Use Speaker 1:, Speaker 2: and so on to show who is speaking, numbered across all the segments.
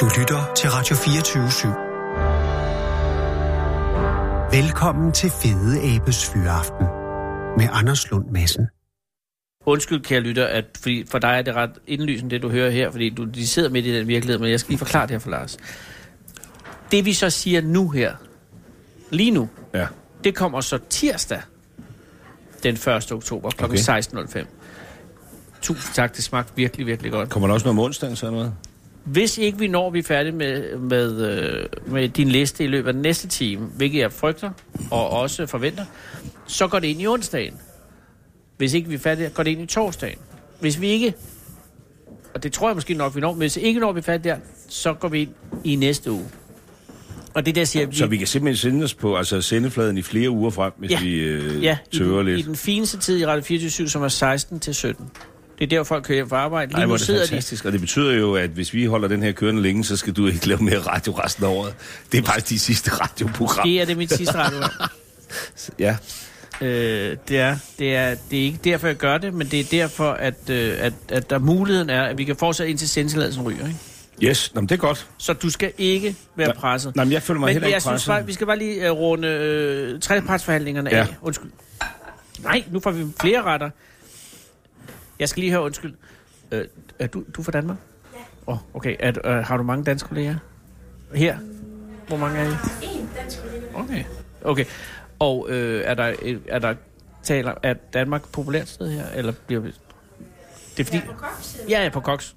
Speaker 1: Du lytter til Radio 24 Velkommen til Fede Abes Fyraften med Anders Lund Madsen.
Speaker 2: Undskyld, kære lytter, at fordi for dig er det ret indlysende, det du hører her, fordi du de sidder midt i den virkelighed, men jeg skal lige forklare det her for Lars. Det vi så siger nu her, lige nu,
Speaker 3: Ja.
Speaker 2: det kommer så tirsdag den 1. oktober kl.
Speaker 3: Okay.
Speaker 2: Okay. 16.05. Tusind tak, det smagte virkelig, virkelig godt.
Speaker 3: Kommer der også noget om onsdagen, sådan noget?
Speaker 2: Hvis ikke vi når, vi er færdige med, med, øh, med din liste i løbet af den næste time, hvilket jeg frygter og også forventer, så går det ind i onsdagen. Hvis ikke vi er færdige, går det ind i torsdagen. Hvis vi ikke, og det tror jeg måske nok, vi når, men hvis ikke når vi er færdige der, så går vi ind i næste uge. Og det der siger vi...
Speaker 3: Så vi kan simpelthen sende os på altså sendefladen i flere uger frem, hvis
Speaker 2: Ja.
Speaker 3: vi øh,
Speaker 2: ja, i,
Speaker 3: tøver
Speaker 2: den,
Speaker 3: lidt.
Speaker 2: i den fineste tid i Radio 24 som er 16 til 17. Det er der, folk kører hjem fra arbejde. Lige
Speaker 3: Ej,
Speaker 2: nu
Speaker 3: hvor er det
Speaker 2: sidder de
Speaker 3: fantastisk. Og det betyder jo, at hvis vi holder den her kørende længe, så skal du ikke lave mere radio resten af året. Det er faktisk de sidste radioprogram.
Speaker 2: Det er det mit sidste radio.
Speaker 3: Ja.
Speaker 2: Øh, det, er, det, er, det er ikke derfor, jeg gør det, men det er derfor, at, øh, at, at der muligheden er, at vi kan fortsætte indtil sendtilladelsen ryger. Ikke?
Speaker 3: Yes, Nå, men det er godt.
Speaker 2: Så du skal ikke være
Speaker 3: Nå,
Speaker 2: presset.
Speaker 3: nå, men jeg føler mig
Speaker 2: men,
Speaker 3: heller
Speaker 2: men
Speaker 3: ikke
Speaker 2: jeg Synes,
Speaker 3: presset.
Speaker 2: bare, vi skal bare lige uh, runde øh, trepartsforhandlingerne
Speaker 3: Ja.
Speaker 2: af. Undskyld. Nej, nu får vi flere retter. Jeg skal lige høre undskyld. Øh, er du, du er fra Danmark? Ja. Oh, okay, er, du- øh, har du mange danske kolleger? Her? Hvor mange er I? En dansk kollega. Okay. okay. Og øh, er der, øh, er der taler, er Danmark et populært sted her? Eller bliver vi... Det er fordi... Ja, jeg er på Cox.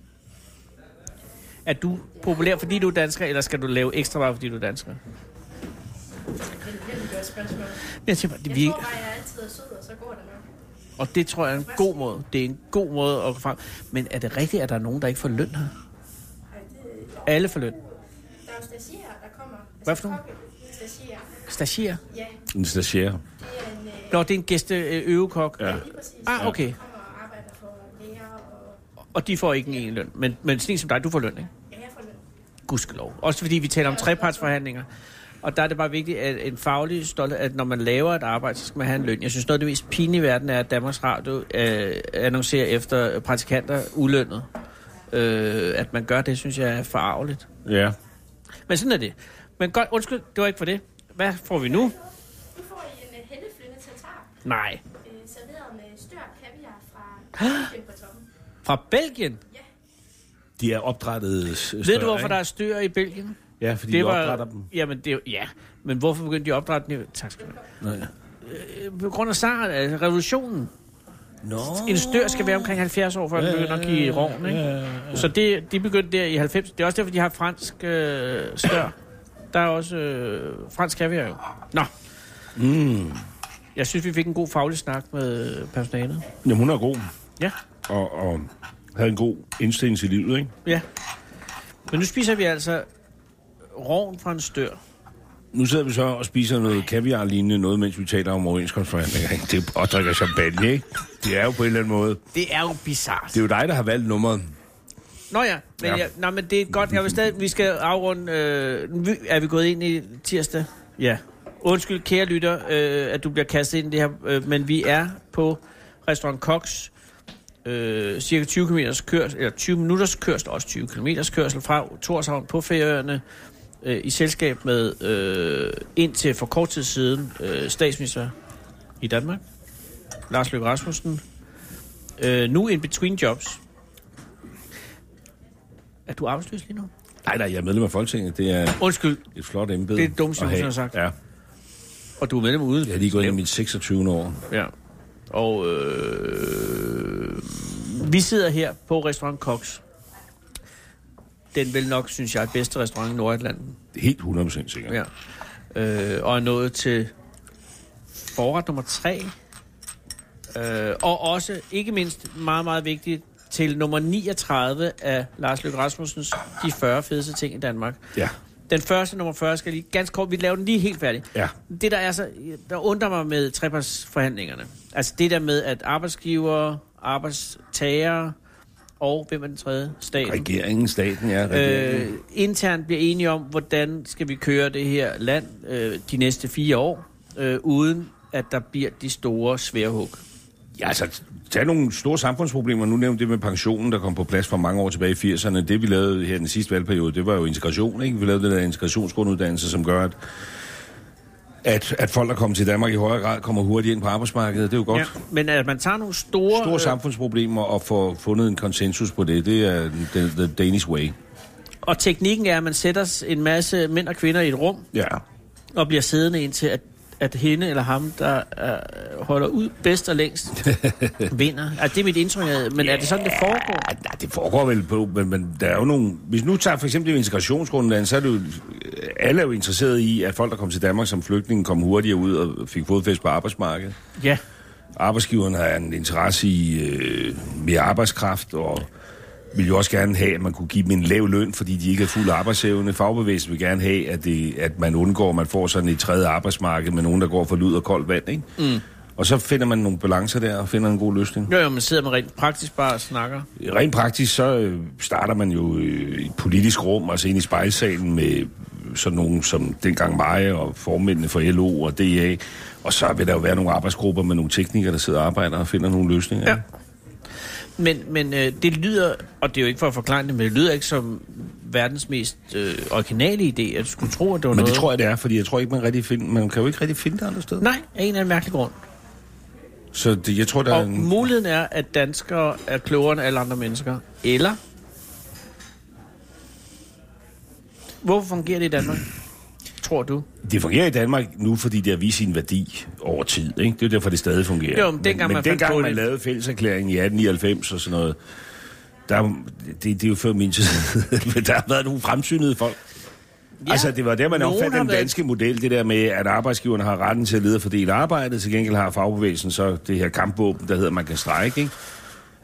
Speaker 2: Er du populær, fordi du er dansker, eller skal du lave ekstra meget, fordi du er dansker? Jeg tænker, bare, det vi,
Speaker 4: bare, jeg altid er sød, og så går det nok.
Speaker 2: og det tror jeg er en god måde. Det er en god måde at gå frem. Men er det rigtigt, at der er nogen, der ikke får løn her? Alle får løn.
Speaker 4: Der er jo stagiaire, der kommer. Altså,
Speaker 2: Hvad for nogle?
Speaker 4: kokke, Stagiaire.
Speaker 2: Stagier.
Speaker 4: Ja,
Speaker 3: En stagiaire.
Speaker 4: det er en, øh,
Speaker 2: Nå, det er en gæste øh, øvekok.
Speaker 3: Ja.
Speaker 4: lige præcis.
Speaker 2: Ah, okay.
Speaker 4: Kommer og arbejder for læger og
Speaker 2: Og de får ikke en egen løn. Men, men sådan en som dig, du får løn, ikke?
Speaker 4: æreforløb.
Speaker 2: gudskelov. Også fordi vi taler om trepartsforhandlinger. Og der er det bare vigtigt, at en faglig stolthed, at når man laver et arbejde, så skal man have en løn. Jeg synes, noget af det mest pinlige i verden er, at Danmarks Radio øh, annoncerer efter praktikanter ulønnet. Øh, at man gør det, synes jeg er forarveligt.
Speaker 3: Ja.
Speaker 2: Men sådan er det. Men godt, undskyld, det var ikke for det. Hvad får vi nu?
Speaker 4: Nu får I en øh, helleflynde tatar,
Speaker 2: Nej.
Speaker 4: øh, serveret med stør kaviar fra Kæmpe Toppen.
Speaker 2: Fra Belgien?
Speaker 3: De er opdrettet øh, større,
Speaker 2: Ved du, hvorfor der er styr i Belgien?
Speaker 3: Ja, fordi det de opdretter dem.
Speaker 2: Jamen, det, er jo- ja. Men hvorfor begyndte de at opdrætte dem? Tak skal du have.
Speaker 3: Nej.
Speaker 2: Øh, På grund af SAR, altså revolutionen.
Speaker 3: Nå.
Speaker 2: En stør skal være omkring 70 år, før den begynder at give rovn, ikke? Så det, de begyndte der i 90. Det er også derfor, de har fransk øh, stør. Der er også øh, fransk kaviar jo. Nå. Mm. Jeg synes, vi fik en god faglig snak med personalet.
Speaker 3: Jamen, hun er god.
Speaker 2: Ja,
Speaker 3: Og, og havde en god indstilling til livet, ikke?
Speaker 2: ja. Men nu spiser vi altså rovn fra en stør.
Speaker 3: Nu sidder vi så og spiser noget kaviar-lignende noget, mens vi taler om overenskomstforhandlinger. ikke? Det er, og drikker champagne, ikke? Det er jo på en eller anden måde.
Speaker 2: Det er jo bizart.
Speaker 3: Det er jo dig, der har valgt nummeret.
Speaker 2: Nå ja, men,
Speaker 3: Ja.
Speaker 2: ja. Jeg, nå, men det er godt. Jeg vil stadig, vi skal afrunde... Øh, vi- er vi gået ind i tirsdag? Ja. Undskyld, kære lytter, øh, at du bliver kastet ind i det her, øh, men vi er på restaurant Cox. Øh, cirka 20 km kørsel, eller 20 minutters kørsel, også 20 km kørsel fra Torshavn på Færøerne øh, i selskab med øh, indtil for kort tid siden øh, statsminister i Danmark, Lars Løkke Rasmussen. Øh, nu in between jobs. Er du arbejdsløs lige nu?
Speaker 3: Nej, nej, jeg er medlem af Folketinget. Det er
Speaker 2: Undskyld,
Speaker 3: et flot embede.
Speaker 2: Det er det dummeste,
Speaker 3: at
Speaker 2: jeg
Speaker 3: have.
Speaker 2: nogensinde har
Speaker 3: Ja,
Speaker 2: og du er medlem uden.
Speaker 3: jeg er lige gået ind i mit 26. år.
Speaker 2: Ja. Og øh, vi sidder her på restaurant Cox. Den vel nok, synes jeg, er bedste restaurant i Nordatlanten.
Speaker 3: Helt 100% sikkert.
Speaker 2: Ja. Øh, og er nået til forret nummer tre. Øh, og også, ikke mindst, meget, meget vigtigt, til nummer 39 af Lars Løkke Rasmussens De 40 fedeste ting i Danmark.
Speaker 3: ja.
Speaker 2: Den første, nummer 40, skal jeg lige ganske kort, vi laver den lige helt færdig.
Speaker 3: Ja.
Speaker 2: Det, der, er så, der undrer mig med trepartsforhandlingerne, altså det der med, at arbejdsgiver, arbejdstager og, hvem er den tredje? Staten.
Speaker 3: Regeringen, staten, ja. Regeringen.
Speaker 2: Øh, internt bliver enige om, hvordan skal vi køre det her land øh, de næste fire år, øh, uden at der bliver de store sværhug.
Speaker 3: Ja, altså, tag nogle store samfundsproblemer. Nu nævnte det med pensionen, der kom på plads for mange år tilbage i 80'erne. Det, vi lavede her den sidste valgperiode, det var jo integration, ikke? Vi lavede den der integrationsgrunduddannelse, som gør, at, at, at folk, der kommer til Danmark i højere grad, kommer hurtigt ind på arbejdsmarkedet. Det er jo godt.
Speaker 2: Ja. Men at man tager nogle store...
Speaker 3: Store samfundsproblemer og få fundet en konsensus på det, det er the, the Danish way.
Speaker 2: og teknikken er, at man sætter en masse mænd og kvinder i et rum,
Speaker 3: Ja.
Speaker 2: og bliver siddende indtil, at, at hende eller ham, der øh, holder ud bedst og længst, vinder. Altså, det er mit indtryk af, men er det sådan, det foregår?
Speaker 3: Ja, nej, det foregår vel på, men, men der er jo nogle... Hvis nu tager for eksempel det integrationsgrundland, så er det jo... øh, Alle er jo interesserede i, at folk, der kom til Danmark som flygtninge, kom hurtigere ud og fik fodfæst på arbejdsmarkedet.
Speaker 2: Ja.
Speaker 3: Arbejdsgiveren har en interesse i øh, mere arbejdskraft, og vil jo også gerne have, at man kunne give dem en lav løn, fordi de ikke er fuld arbejdsevne. Fagbevægelsen vil gerne have, at, det, at man undgår, at man får sådan et tredje arbejdsmarked med nogen, der går for lyd og koldt vand, ikke? Mm. Og så finder man nogle balancer der og finder en god løsning.
Speaker 2: Jo, jo, man sidder man rent praktisk bare og snakker.
Speaker 3: Rent praktisk, så øh, starter man jo øh, i et politisk rum, altså ind i spejlsalen med øh, sådan nogen som dengang mig og formændene for LO og DA. Og så vil der jo være nogle arbejdsgrupper med nogle teknikere, der sidder og arbejder og finder nogle løsninger.
Speaker 2: Ja. Men, men øh, det lyder, og det er jo ikke for at forklare det, men det lyder ikke som verdens mest øh, originale idé, at du skulle tro, at det var
Speaker 3: Men
Speaker 2: noget...
Speaker 3: det tror jeg, det er, fordi jeg tror ikke, man rigtig finder, man kan jo ikke rigtig finde det andre steder.
Speaker 2: Nej, af en eller anden mærkelig grund.
Speaker 3: Så det, jeg tror, der er
Speaker 2: Og
Speaker 3: en...
Speaker 2: muligheden er, at danskere er klogere end alle andre mennesker. Eller... Hvorfor fungerer det i Danmark? Tror du?
Speaker 3: Det fungerer i Danmark nu, fordi det har vist sin værdi over tid. Ikke? Det er jo derfor, det stadig fungerer.
Speaker 2: Jo, men dengang
Speaker 3: men,
Speaker 2: man
Speaker 3: men
Speaker 2: fandt på
Speaker 3: dengang man
Speaker 2: det.
Speaker 3: lavede fælleserklæringen i 1899 og sådan noget, der, er- det, det er jo før min tid, men der har været nogle fremsynede folk. Ja, altså, det var der, man
Speaker 2: nogen
Speaker 3: opfandt
Speaker 2: har
Speaker 3: den
Speaker 2: været-
Speaker 3: danske model, det der med, at arbejdsgiverne har retten til at lede og fordele arbejdet, til gengæld har fagbevægelsen så det her kampvåben, der hedder, man kan strække, ikke?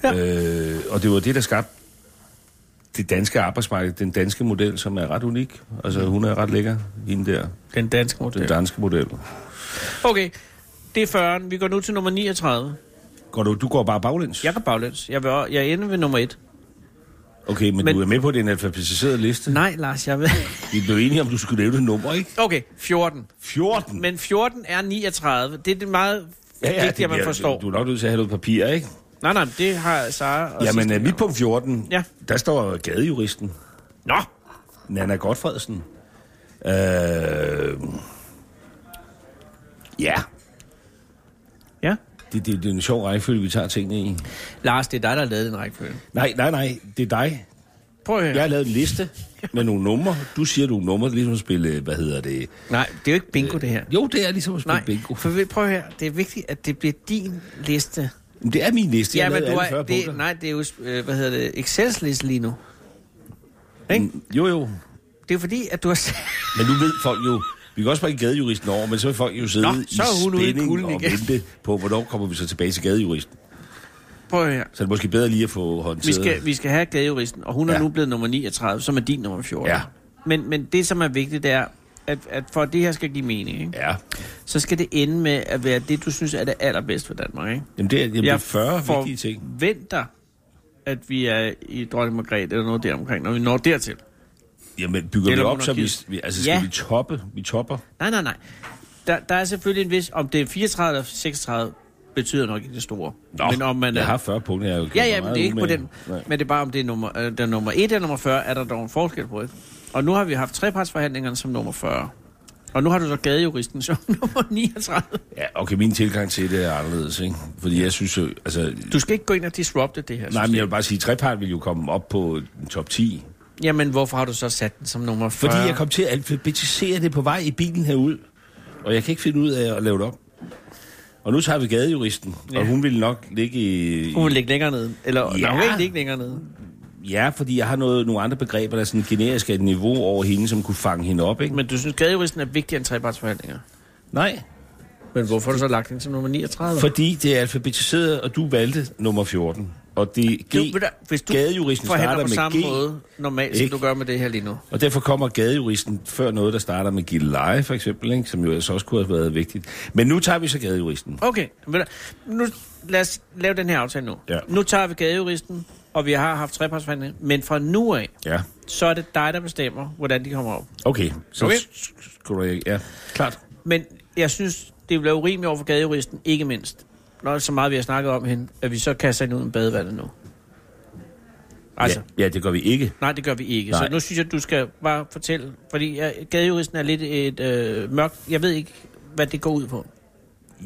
Speaker 2: Ja.
Speaker 3: Øh, og det var det, der skabte det danske arbejdsmarked, den danske model, som er ret unik. Altså, hun er ret lækker, hende der,
Speaker 2: Den danske
Speaker 3: den
Speaker 2: model.
Speaker 3: danske model.
Speaker 2: Okay, det er 40'eren. Vi går nu til nummer 39.
Speaker 3: Går du, du går bare baglæns?
Speaker 2: Jeg går baglæns. Jeg, vil, jeg ender ved nummer 1.
Speaker 3: Okay, men,
Speaker 2: Men-
Speaker 3: men, du er med på, at det er en alfabetiseret liste.
Speaker 2: Nej, Lars, jeg ved...
Speaker 3: Vi blev enige om, du skulle lave det nummer, ikke?
Speaker 2: Okay, 14.
Speaker 3: 14.
Speaker 2: Men 14 er 39. Det er det meget ja, ja, vigtige, man
Speaker 3: det bliver-
Speaker 2: forstår.
Speaker 3: Du er nok nødt til at have noget papir, ikke?
Speaker 2: Nej, nej, det har Sara og
Speaker 3: Jamen,
Speaker 2: sidste
Speaker 3: øh,
Speaker 2: gang.
Speaker 3: mit punkt 14,
Speaker 2: Ja.
Speaker 3: ja. der står gadejuristen.
Speaker 2: Nå,
Speaker 3: Nana Godfredsen. Øh, ja,
Speaker 2: ja.
Speaker 3: det, det, det er en sjov rækkefølge, vi tager tingene i.
Speaker 2: Lars, det er dig, der har lavet den rækkefølge.
Speaker 3: Nej, nej, nej, det er dig.
Speaker 2: Prøv at høre.
Speaker 3: Jeg har lavet en liste med nogle numre. Du siger nogle numre, det er ligesom at spille, hvad hedder det?
Speaker 2: Nej, det er jo ikke bingo, det her.
Speaker 3: Jo, Øh, det er ligesom at spille
Speaker 2: Nej,
Speaker 3: Nej. bingo.
Speaker 2: for vi- prøv her. Det er vigtigt, at det bliver din liste.
Speaker 3: Men Det er min liste, jeg har lavet alle 40
Speaker 2: det,
Speaker 3: punkter.
Speaker 2: nej, det er jo, øh, hvad hedder det, Excels liste lige nu. Ikke?
Speaker 3: Mm, Jo, jo.
Speaker 2: Det er fordi, at du har... s-
Speaker 3: Men nu ved folk jo, vi kan også bringe gadejuristen over, men så vil folk jo sidde
Speaker 2: Nå,
Speaker 3: Nå, i
Speaker 2: så er hun ude i
Speaker 3: spænding
Speaker 2: kulden
Speaker 3: og
Speaker 2: igen.
Speaker 3: vente på, hvornår kommer vi så tilbage til gadejuristen.
Speaker 2: Prøv her.
Speaker 3: Så er det måske bedre lige at få håndteret.
Speaker 2: Vi skal, vi skal have gadejuristen, og hun er
Speaker 3: Ja.
Speaker 2: nu blevet nummer 39, som er din nummer 14.
Speaker 3: Ja.
Speaker 2: Men, men det, som er vigtigt, det er, at, at for at det her skal give mening, ikke?
Speaker 3: Ja.
Speaker 2: så skal det ende med at være det, du synes er det allerbedste for Danmark. Ikke?
Speaker 3: Jamen, det er, jamen, det er 40 for... vigtige ting.
Speaker 2: forventer, at vi er i Dronning Margrethe eller noget deromkring, når vi når dertil.
Speaker 3: Jamen, bygger
Speaker 2: Eller
Speaker 3: vi op, så vi,
Speaker 2: monarkiet.
Speaker 3: vi, altså skal
Speaker 2: Ja.
Speaker 3: ja. vi toppe? Vi topper.
Speaker 2: Nej, nej, nej. Der, der er selvfølgelig en vis... Om det er 34 eller 36, betyder nok ikke det store. men om man
Speaker 3: jeg
Speaker 2: er...
Speaker 3: har 40 punkter. Jeg er jo
Speaker 2: Ja,
Speaker 3: gjort
Speaker 2: ja,
Speaker 3: mig
Speaker 2: men
Speaker 3: meget
Speaker 2: det er ikke på
Speaker 3: umage.
Speaker 2: den.
Speaker 3: Nej.
Speaker 2: Men det er bare, om det er nummer, øh, det er nummer 1 eller nummer 40, er der dog en forskel på det. Og nu har vi haft trepartsforhandlingerne som nummer 40. Og nu har du så gadejuristen som nummer 39.
Speaker 3: Ja, okay, min tilgang til det er anderledes, ikke? Fordi jeg synes jo, altså...
Speaker 2: Du skal ikke gå ind og disrupte det her.
Speaker 3: Nej, men
Speaker 2: system.
Speaker 3: jeg vil bare sige, at trepart vil jo komme op på en top 10.
Speaker 2: Jamen, hvorfor har du så sat den som nummer 40?
Speaker 3: Fordi jeg kom til at alfabetisere det på vej i bilen herud, og jeg kan ikke finde ud af at lave det op. Og nu tager vi gadejuristen, ja. og hun vil nok ligge i...
Speaker 2: Hun vil ligge længere nede. Eller, ja.
Speaker 3: Ja.
Speaker 2: nej, hun vil ikke ligge længere nede.
Speaker 3: Ja, fordi jeg har noget, nogle andre begreber, der er sådan generisk af et niveau over hende, som kunne fange hende op, ikke?
Speaker 2: Men du synes, gadejuristen er vigtigere end trepartsforhandlinger?
Speaker 3: Nej,
Speaker 2: Men hvorfor har du så lagt den som nummer 39?
Speaker 3: fordi det er alfabetiseret, og du valgte nummer 14. Og det er G.
Speaker 2: du, ved du, hvis du
Speaker 3: gadejuristen
Speaker 2: forhandler
Speaker 3: starter
Speaker 2: på samme
Speaker 3: med G,
Speaker 2: måde normalt, som
Speaker 3: Ikke?
Speaker 2: du gør med det her lige nu.
Speaker 3: og derfor kommer gadejuristen før noget, der starter med Gilleleje, for eksempel, ikke? som jo altså også kunne have været vigtigt. Men nu tager vi så gadejuristen.
Speaker 2: Okay, ved du, nu lad os lave den her aftale nu.
Speaker 3: Ja.
Speaker 2: Nu tager vi gadejuristen, og vi har haft trepartsforhandlinger, men fra nu af,
Speaker 3: Ja,
Speaker 2: så er det dig, der bestemmer, hvordan de kommer op.
Speaker 3: okay. Så
Speaker 2: Okay.
Speaker 3: s- s- skulle jeg... Ja, klart.
Speaker 2: Men jeg synes, det bliver urimeligt over for gadejuristen, ikke mindst, når så meget vi har snakket om hende, at vi så kaster hende ud med badevandet nu. Altså, ja.
Speaker 5: Ja, ja, det gør vi ikke.
Speaker 2: nej, det gør vi ikke. Nej.
Speaker 5: Nej.
Speaker 2: Så nu synes jeg, du skal bare fortælle, fordi øh, gadejuristen er lidt et øh, mørkt... Jeg ved ikke, hvad det går ud på.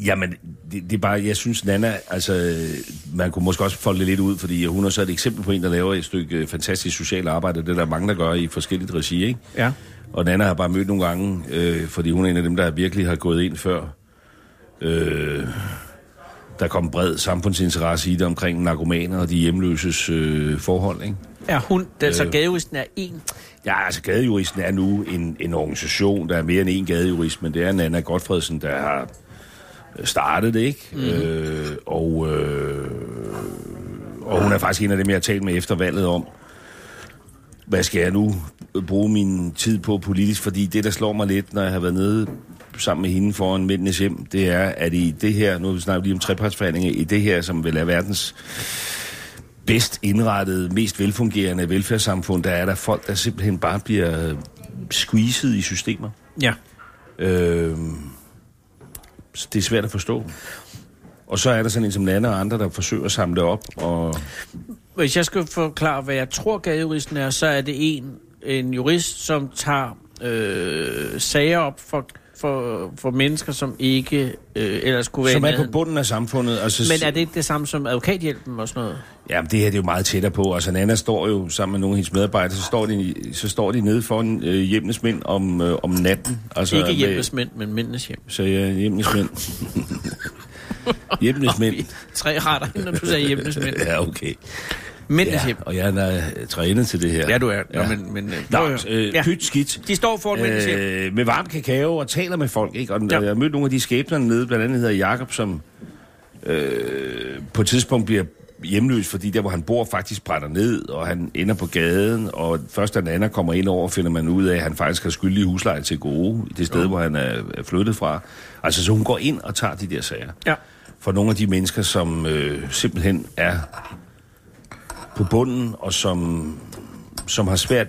Speaker 3: Jamen, det, det er bare, jeg synes, Nana, altså, øh, man kunne måske også folde det lidt ud, fordi hun er så et eksempel på en, der laver et stykke øh, fantastisk socialt arbejde, det er der mange, der gør i forskellige regi, ikke?
Speaker 2: Ja.
Speaker 3: Og Nana har bare mødt nogle gange, øh, fordi hun er en af dem, der virkelig har gået ind før. Øh, der kom bred samfundsinteresse i det omkring narkomaner og de hjemløses øh, forhold, ikke?
Speaker 2: Ja, hun, den, så gadejuristen er en.
Speaker 3: Ja, altså Gadejuristen er nu en, en organisation, der er mere end en gadejurist, men det er Nana Godfredsen, der har øh, startet det, ikke? Mm. Øh, og, øh, og hun er faktisk en af dem, jeg har talt med efter valget om, hvad skal jeg nu bruge min tid på politisk? Fordi det, der slår mig lidt, når jeg har været nede sammen med hende foran Mændenes Hjem, det er, at i det her, nu snakker vi lige om trepartsforhandlinger, i det her, som vel er verdens bedst indrettede, mest velfungerende velfærdssamfund, der er der folk, der simpelthen bare bliver øh, squeezed i systemer.
Speaker 2: Ja.
Speaker 3: Øh, så det er svært at forstå. Og så er der sådan en som Nana og andre, der forsøger at samle det op. Og
Speaker 2: Hvis jeg skal forklare, hvad jeg tror, gadejuristen er, så er det en, en jurist, som tager øh, sager op for, for, for mennesker, som ikke øh, ellers kunne være... i
Speaker 3: som er på
Speaker 2: nærheden.
Speaker 3: bunden af samfundet. Og så,
Speaker 2: Men er det ikke det samme som advokathjælpen og sådan noget?
Speaker 3: Jamen, det her det er jo meget tættere på. Altså, Nana står jo sammen med nogle af hendes medarbejdere, så står de, så står de nede foran øh, hjemmenes mænd om, øh, om natten. Altså,
Speaker 2: Så ikke
Speaker 3: med-
Speaker 2: hjælpes mænd, men mændenes hjem.
Speaker 3: Så ja, hjemmenes mænd. hjemmenes mænd.
Speaker 2: Tre retter, når du sagde hjælpes mænd.
Speaker 3: Ja, okay.
Speaker 2: Mændenes
Speaker 3: Ja,
Speaker 2: hjem.
Speaker 3: og jeg er øh, trænet til det her.
Speaker 2: Ja, du er. Nå,
Speaker 3: Ja.
Speaker 2: men... men øh, prøv
Speaker 3: Nå,
Speaker 2: at høre.
Speaker 3: øh,
Speaker 2: ja.
Speaker 3: pyt skidt.
Speaker 2: De står foran mændenes hjem.
Speaker 3: Øh, med varm kakao og taler med folk, ikke? Og
Speaker 2: Ja.
Speaker 3: ja. jeg har mødt nogle af de skæbner nede, blandt andet hedder Jakob, som øh, på et tidspunkt bliver hjemløs, fordi der, hvor han bor, faktisk brænder ned, og han ender på gaden, og først da Nana kommer ind over, finder man ud af, at han faktisk har skyldig husleje til gode, i det sted, jo. hvor han er er flyttet fra. Altså, så hun går ind og tager de der sager
Speaker 2: Ja.
Speaker 3: for nogle af de mennesker, som øh, simpelthen er på bunden, og som, som har svært...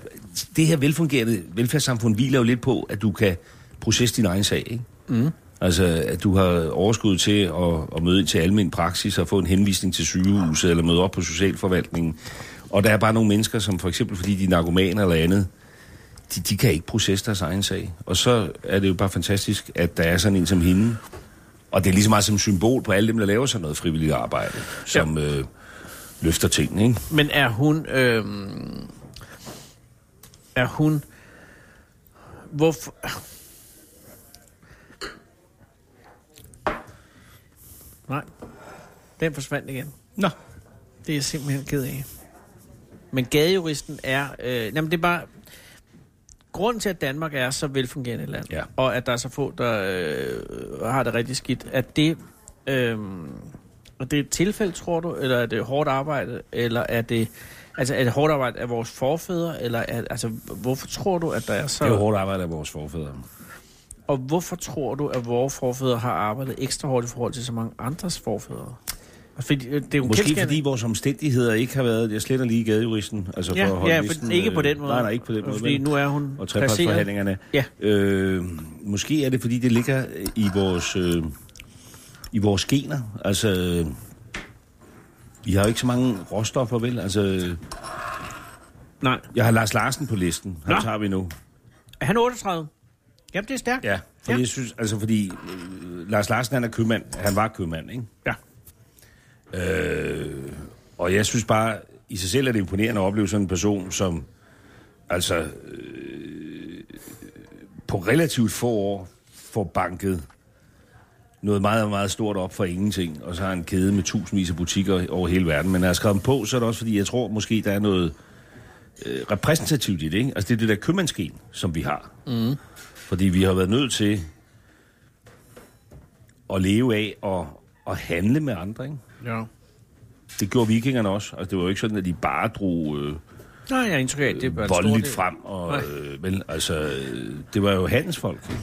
Speaker 3: Det her velfungerende velfærdssamfund hviler jo lidt på, at du kan processe din egen sag, ikke? Mm. Altså, at du har overskud til at, at møde ind til almen praksis og få en henvisning til sygehuset eller møde op på socialforvaltningen. Og der er bare nogle mennesker, som for eksempel fordi de er narkomaner eller andet, de, de kan ikke processe deres egen sag. Og så er det jo bare fantastisk, at der er sådan en som hende, og det er lige så meget som symbol på alle dem, der laver sådan noget frivilligt arbejde, som ja. øh, løfter tingene, ikke?
Speaker 2: Men er hun... Øh, er hun... Hvorfor... Nej. Den forsvandt igen.
Speaker 3: Nå.
Speaker 2: Det er jeg simpelthen ked af. Men gadejuristen er... Øh, jamen, det er bare... Grunden til, at Danmark er så velfungerende et land,
Speaker 3: Ja.
Speaker 2: og at der er så få, der øh, har det rigtig skidt, at det... Øh, og det er et tilfælde, tror du? Eller er det hårdt arbejde? Eller er det... Altså, er det hårdt arbejde af vores forfædre? Eller er, altså, hvorfor tror du, at der er så...
Speaker 3: Det er jo hårdt arbejde af vores forfædre.
Speaker 2: Og hvorfor tror du, at vores forfædre har arbejdet ekstra hårdt i forhold til så mange andres forfædre? Fordi, øh, det er jo en
Speaker 3: Måske
Speaker 2: kendsgerning.
Speaker 3: fordi vores omstændigheder ikke har været... Jeg sletter lige gadejuristen. Altså
Speaker 2: Ja,
Speaker 3: for at holde
Speaker 2: ja
Speaker 3: listen, øh,
Speaker 2: for ikke på den måde.
Speaker 3: Nej, nej, ikke på den måde.
Speaker 2: Fordi
Speaker 3: vel?
Speaker 2: nu er hun
Speaker 3: og
Speaker 2: placeret.
Speaker 3: trepartsforhandlingerne.
Speaker 2: Ja.
Speaker 3: Øh, måske er det, fordi det ligger i vores, øh, i vores gener. Altså, øh, vi har jo ikke så mange råstoffer, vel? Altså, øh,
Speaker 2: Nej,
Speaker 3: jeg har Lars Larsen på listen. Han
Speaker 2: Nå.
Speaker 3: tager vi nu.
Speaker 2: er han 38? Jamen, det er stærkt.
Speaker 3: Ja, fordi,
Speaker 2: Ja.
Speaker 3: ja. Jeg synes, altså fordi øh, Lars Larsen han er købmand. Han var købmand, ikke?
Speaker 2: ja.
Speaker 3: Øh, og jeg synes bare, i sig selv er det imponerende at opleve sådan en person, som altså øh, på relativt få år får banket noget meget, meget stort op for ingenting, og så har han kæde med tusindvis af butikker over hele verden. Men når jeg har skrevet dem på, så er det også, fordi jeg tror måske, der er noget øh, repræsentativt i det. Ikke? Altså det er det der købmandsgen, som vi har. Mm. Fordi vi har været nødt til at leve af og, og handle med andre. Ikke?
Speaker 2: ja.
Speaker 3: Det gjorde vikingerne også. Altså, det var jo ikke sådan, at de bare drog øh,
Speaker 2: Nej, jeg er indtryk af, at det er bare en stor
Speaker 3: voldeligt
Speaker 2: del.
Speaker 3: frem. Og,
Speaker 2: Nej.
Speaker 3: øh, vel, altså, øh, det var jo handelsfolk.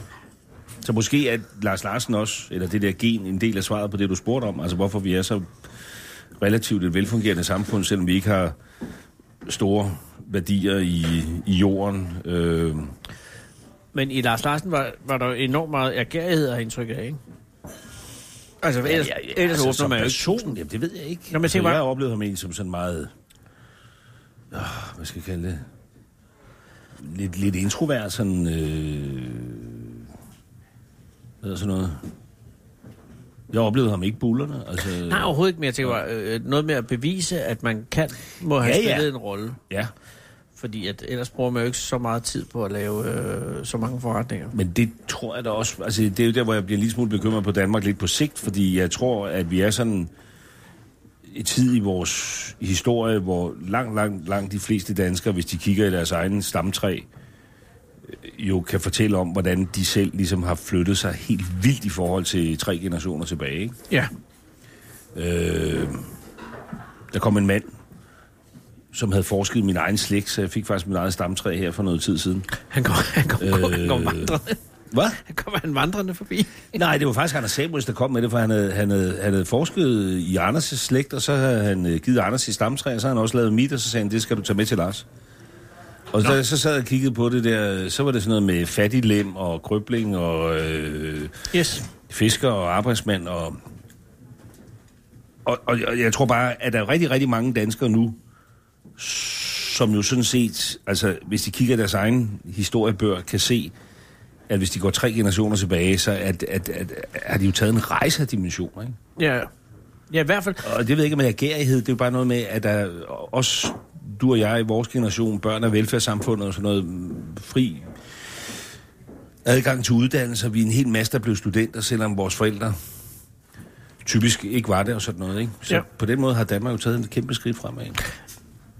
Speaker 3: Så måske er Lars Larsen også, eller det der gen, en del af svaret på det, du spurgte om. Altså, hvorfor vi er så relativt et velfungerende samfund, selvom vi ikke har store værdier i, i jorden. Øh,
Speaker 2: Men i Lars Larsen var, var der jo enormt meget agerighed og indtryk af, ikke? Altså, ellers, ja, ja, ja, ellers altså, åbner
Speaker 3: som
Speaker 2: man jo ikke.
Speaker 3: person, jamen, det ved jeg ikke.
Speaker 2: Nå, men jeg
Speaker 3: altså,
Speaker 2: tænker
Speaker 3: jeg
Speaker 2: bare-
Speaker 3: har oplevet ham egentlig som sådan meget... Øh, hvad skal jeg kalde det? Lidt, lidt introvert, sådan... Øh, hvad er sådan noget? Jeg oplevede ham ikke bullerne. Altså,
Speaker 2: Nej, overhovedet ikke, men jeg tænker bare, øh, noget med at bevise, at man kan, må have
Speaker 3: Ja,
Speaker 2: ja,
Speaker 3: ja.
Speaker 2: spillet en rolle.
Speaker 3: Ja,
Speaker 2: Fordi at ellers bruger man jo ikke så meget tid på at lave øh, så mange forretninger.
Speaker 3: men det tror jeg da også... Altså, det er jo der, hvor jeg bliver en lille smule bekymret på Danmark lidt på sigt, fordi jeg tror, at vi er sådan et tid i vores historie, hvor langt, langt, langt de fleste danskere, hvis de kigger i deres egen stamtræ, øh, jo kan fortælle om, hvordan de selv ligesom har flyttet sig helt vildt i forhold til tre generationer tilbage. Ikke?
Speaker 2: Ja.
Speaker 3: Øh, der kom en mand, som havde forsket i min egen slægt, så jeg fik faktisk min eget stamtræ her for noget tid siden.
Speaker 2: Han kom, han kom, øh... han kom
Speaker 3: Øh.
Speaker 2: vandrende.
Speaker 3: Hvad?
Speaker 2: Han kom han vandrende forbi.
Speaker 3: Nej, det var faktisk Anders Samuels, der kom med det, for han havde, han havde, han havde forsket i Anders' slægt, og så havde han øh, givet Anders sit stamtræ, og så havde han også lavet mit, og så sagde han, det skal du tage med til Lars. Og så, så sad jeg og kiggede på det der, så var det sådan noget med fattig lem og krøbling og øh,
Speaker 2: Yes.
Speaker 3: fisker og arbejdsmand. Og, og, og, og jeg tror bare, at der er rigtig, rigtig mange danskere nu, som jo sådan set, altså hvis de kigger i deres egen historiebøger, kan se, at hvis de går tre generationer tilbage, så at, at, at, har de jo taget en rejse af dimensioner. Ikke?
Speaker 2: Ja. Ja, i hvert fald.
Speaker 3: Og det ved jeg ikke med agerighed, det er jo bare noget med, at der også du og jeg i vores generation, børn af velfærdssamfundet og sådan noget mm, fri adgang til uddannelse, og vi er en hel masse, der blev studenter, selvom vores forældre typisk ikke var det og sådan noget. Ikke? Så
Speaker 2: Ja.
Speaker 3: ja. på den måde har Danmark jo taget en kæmpe skridt fremad.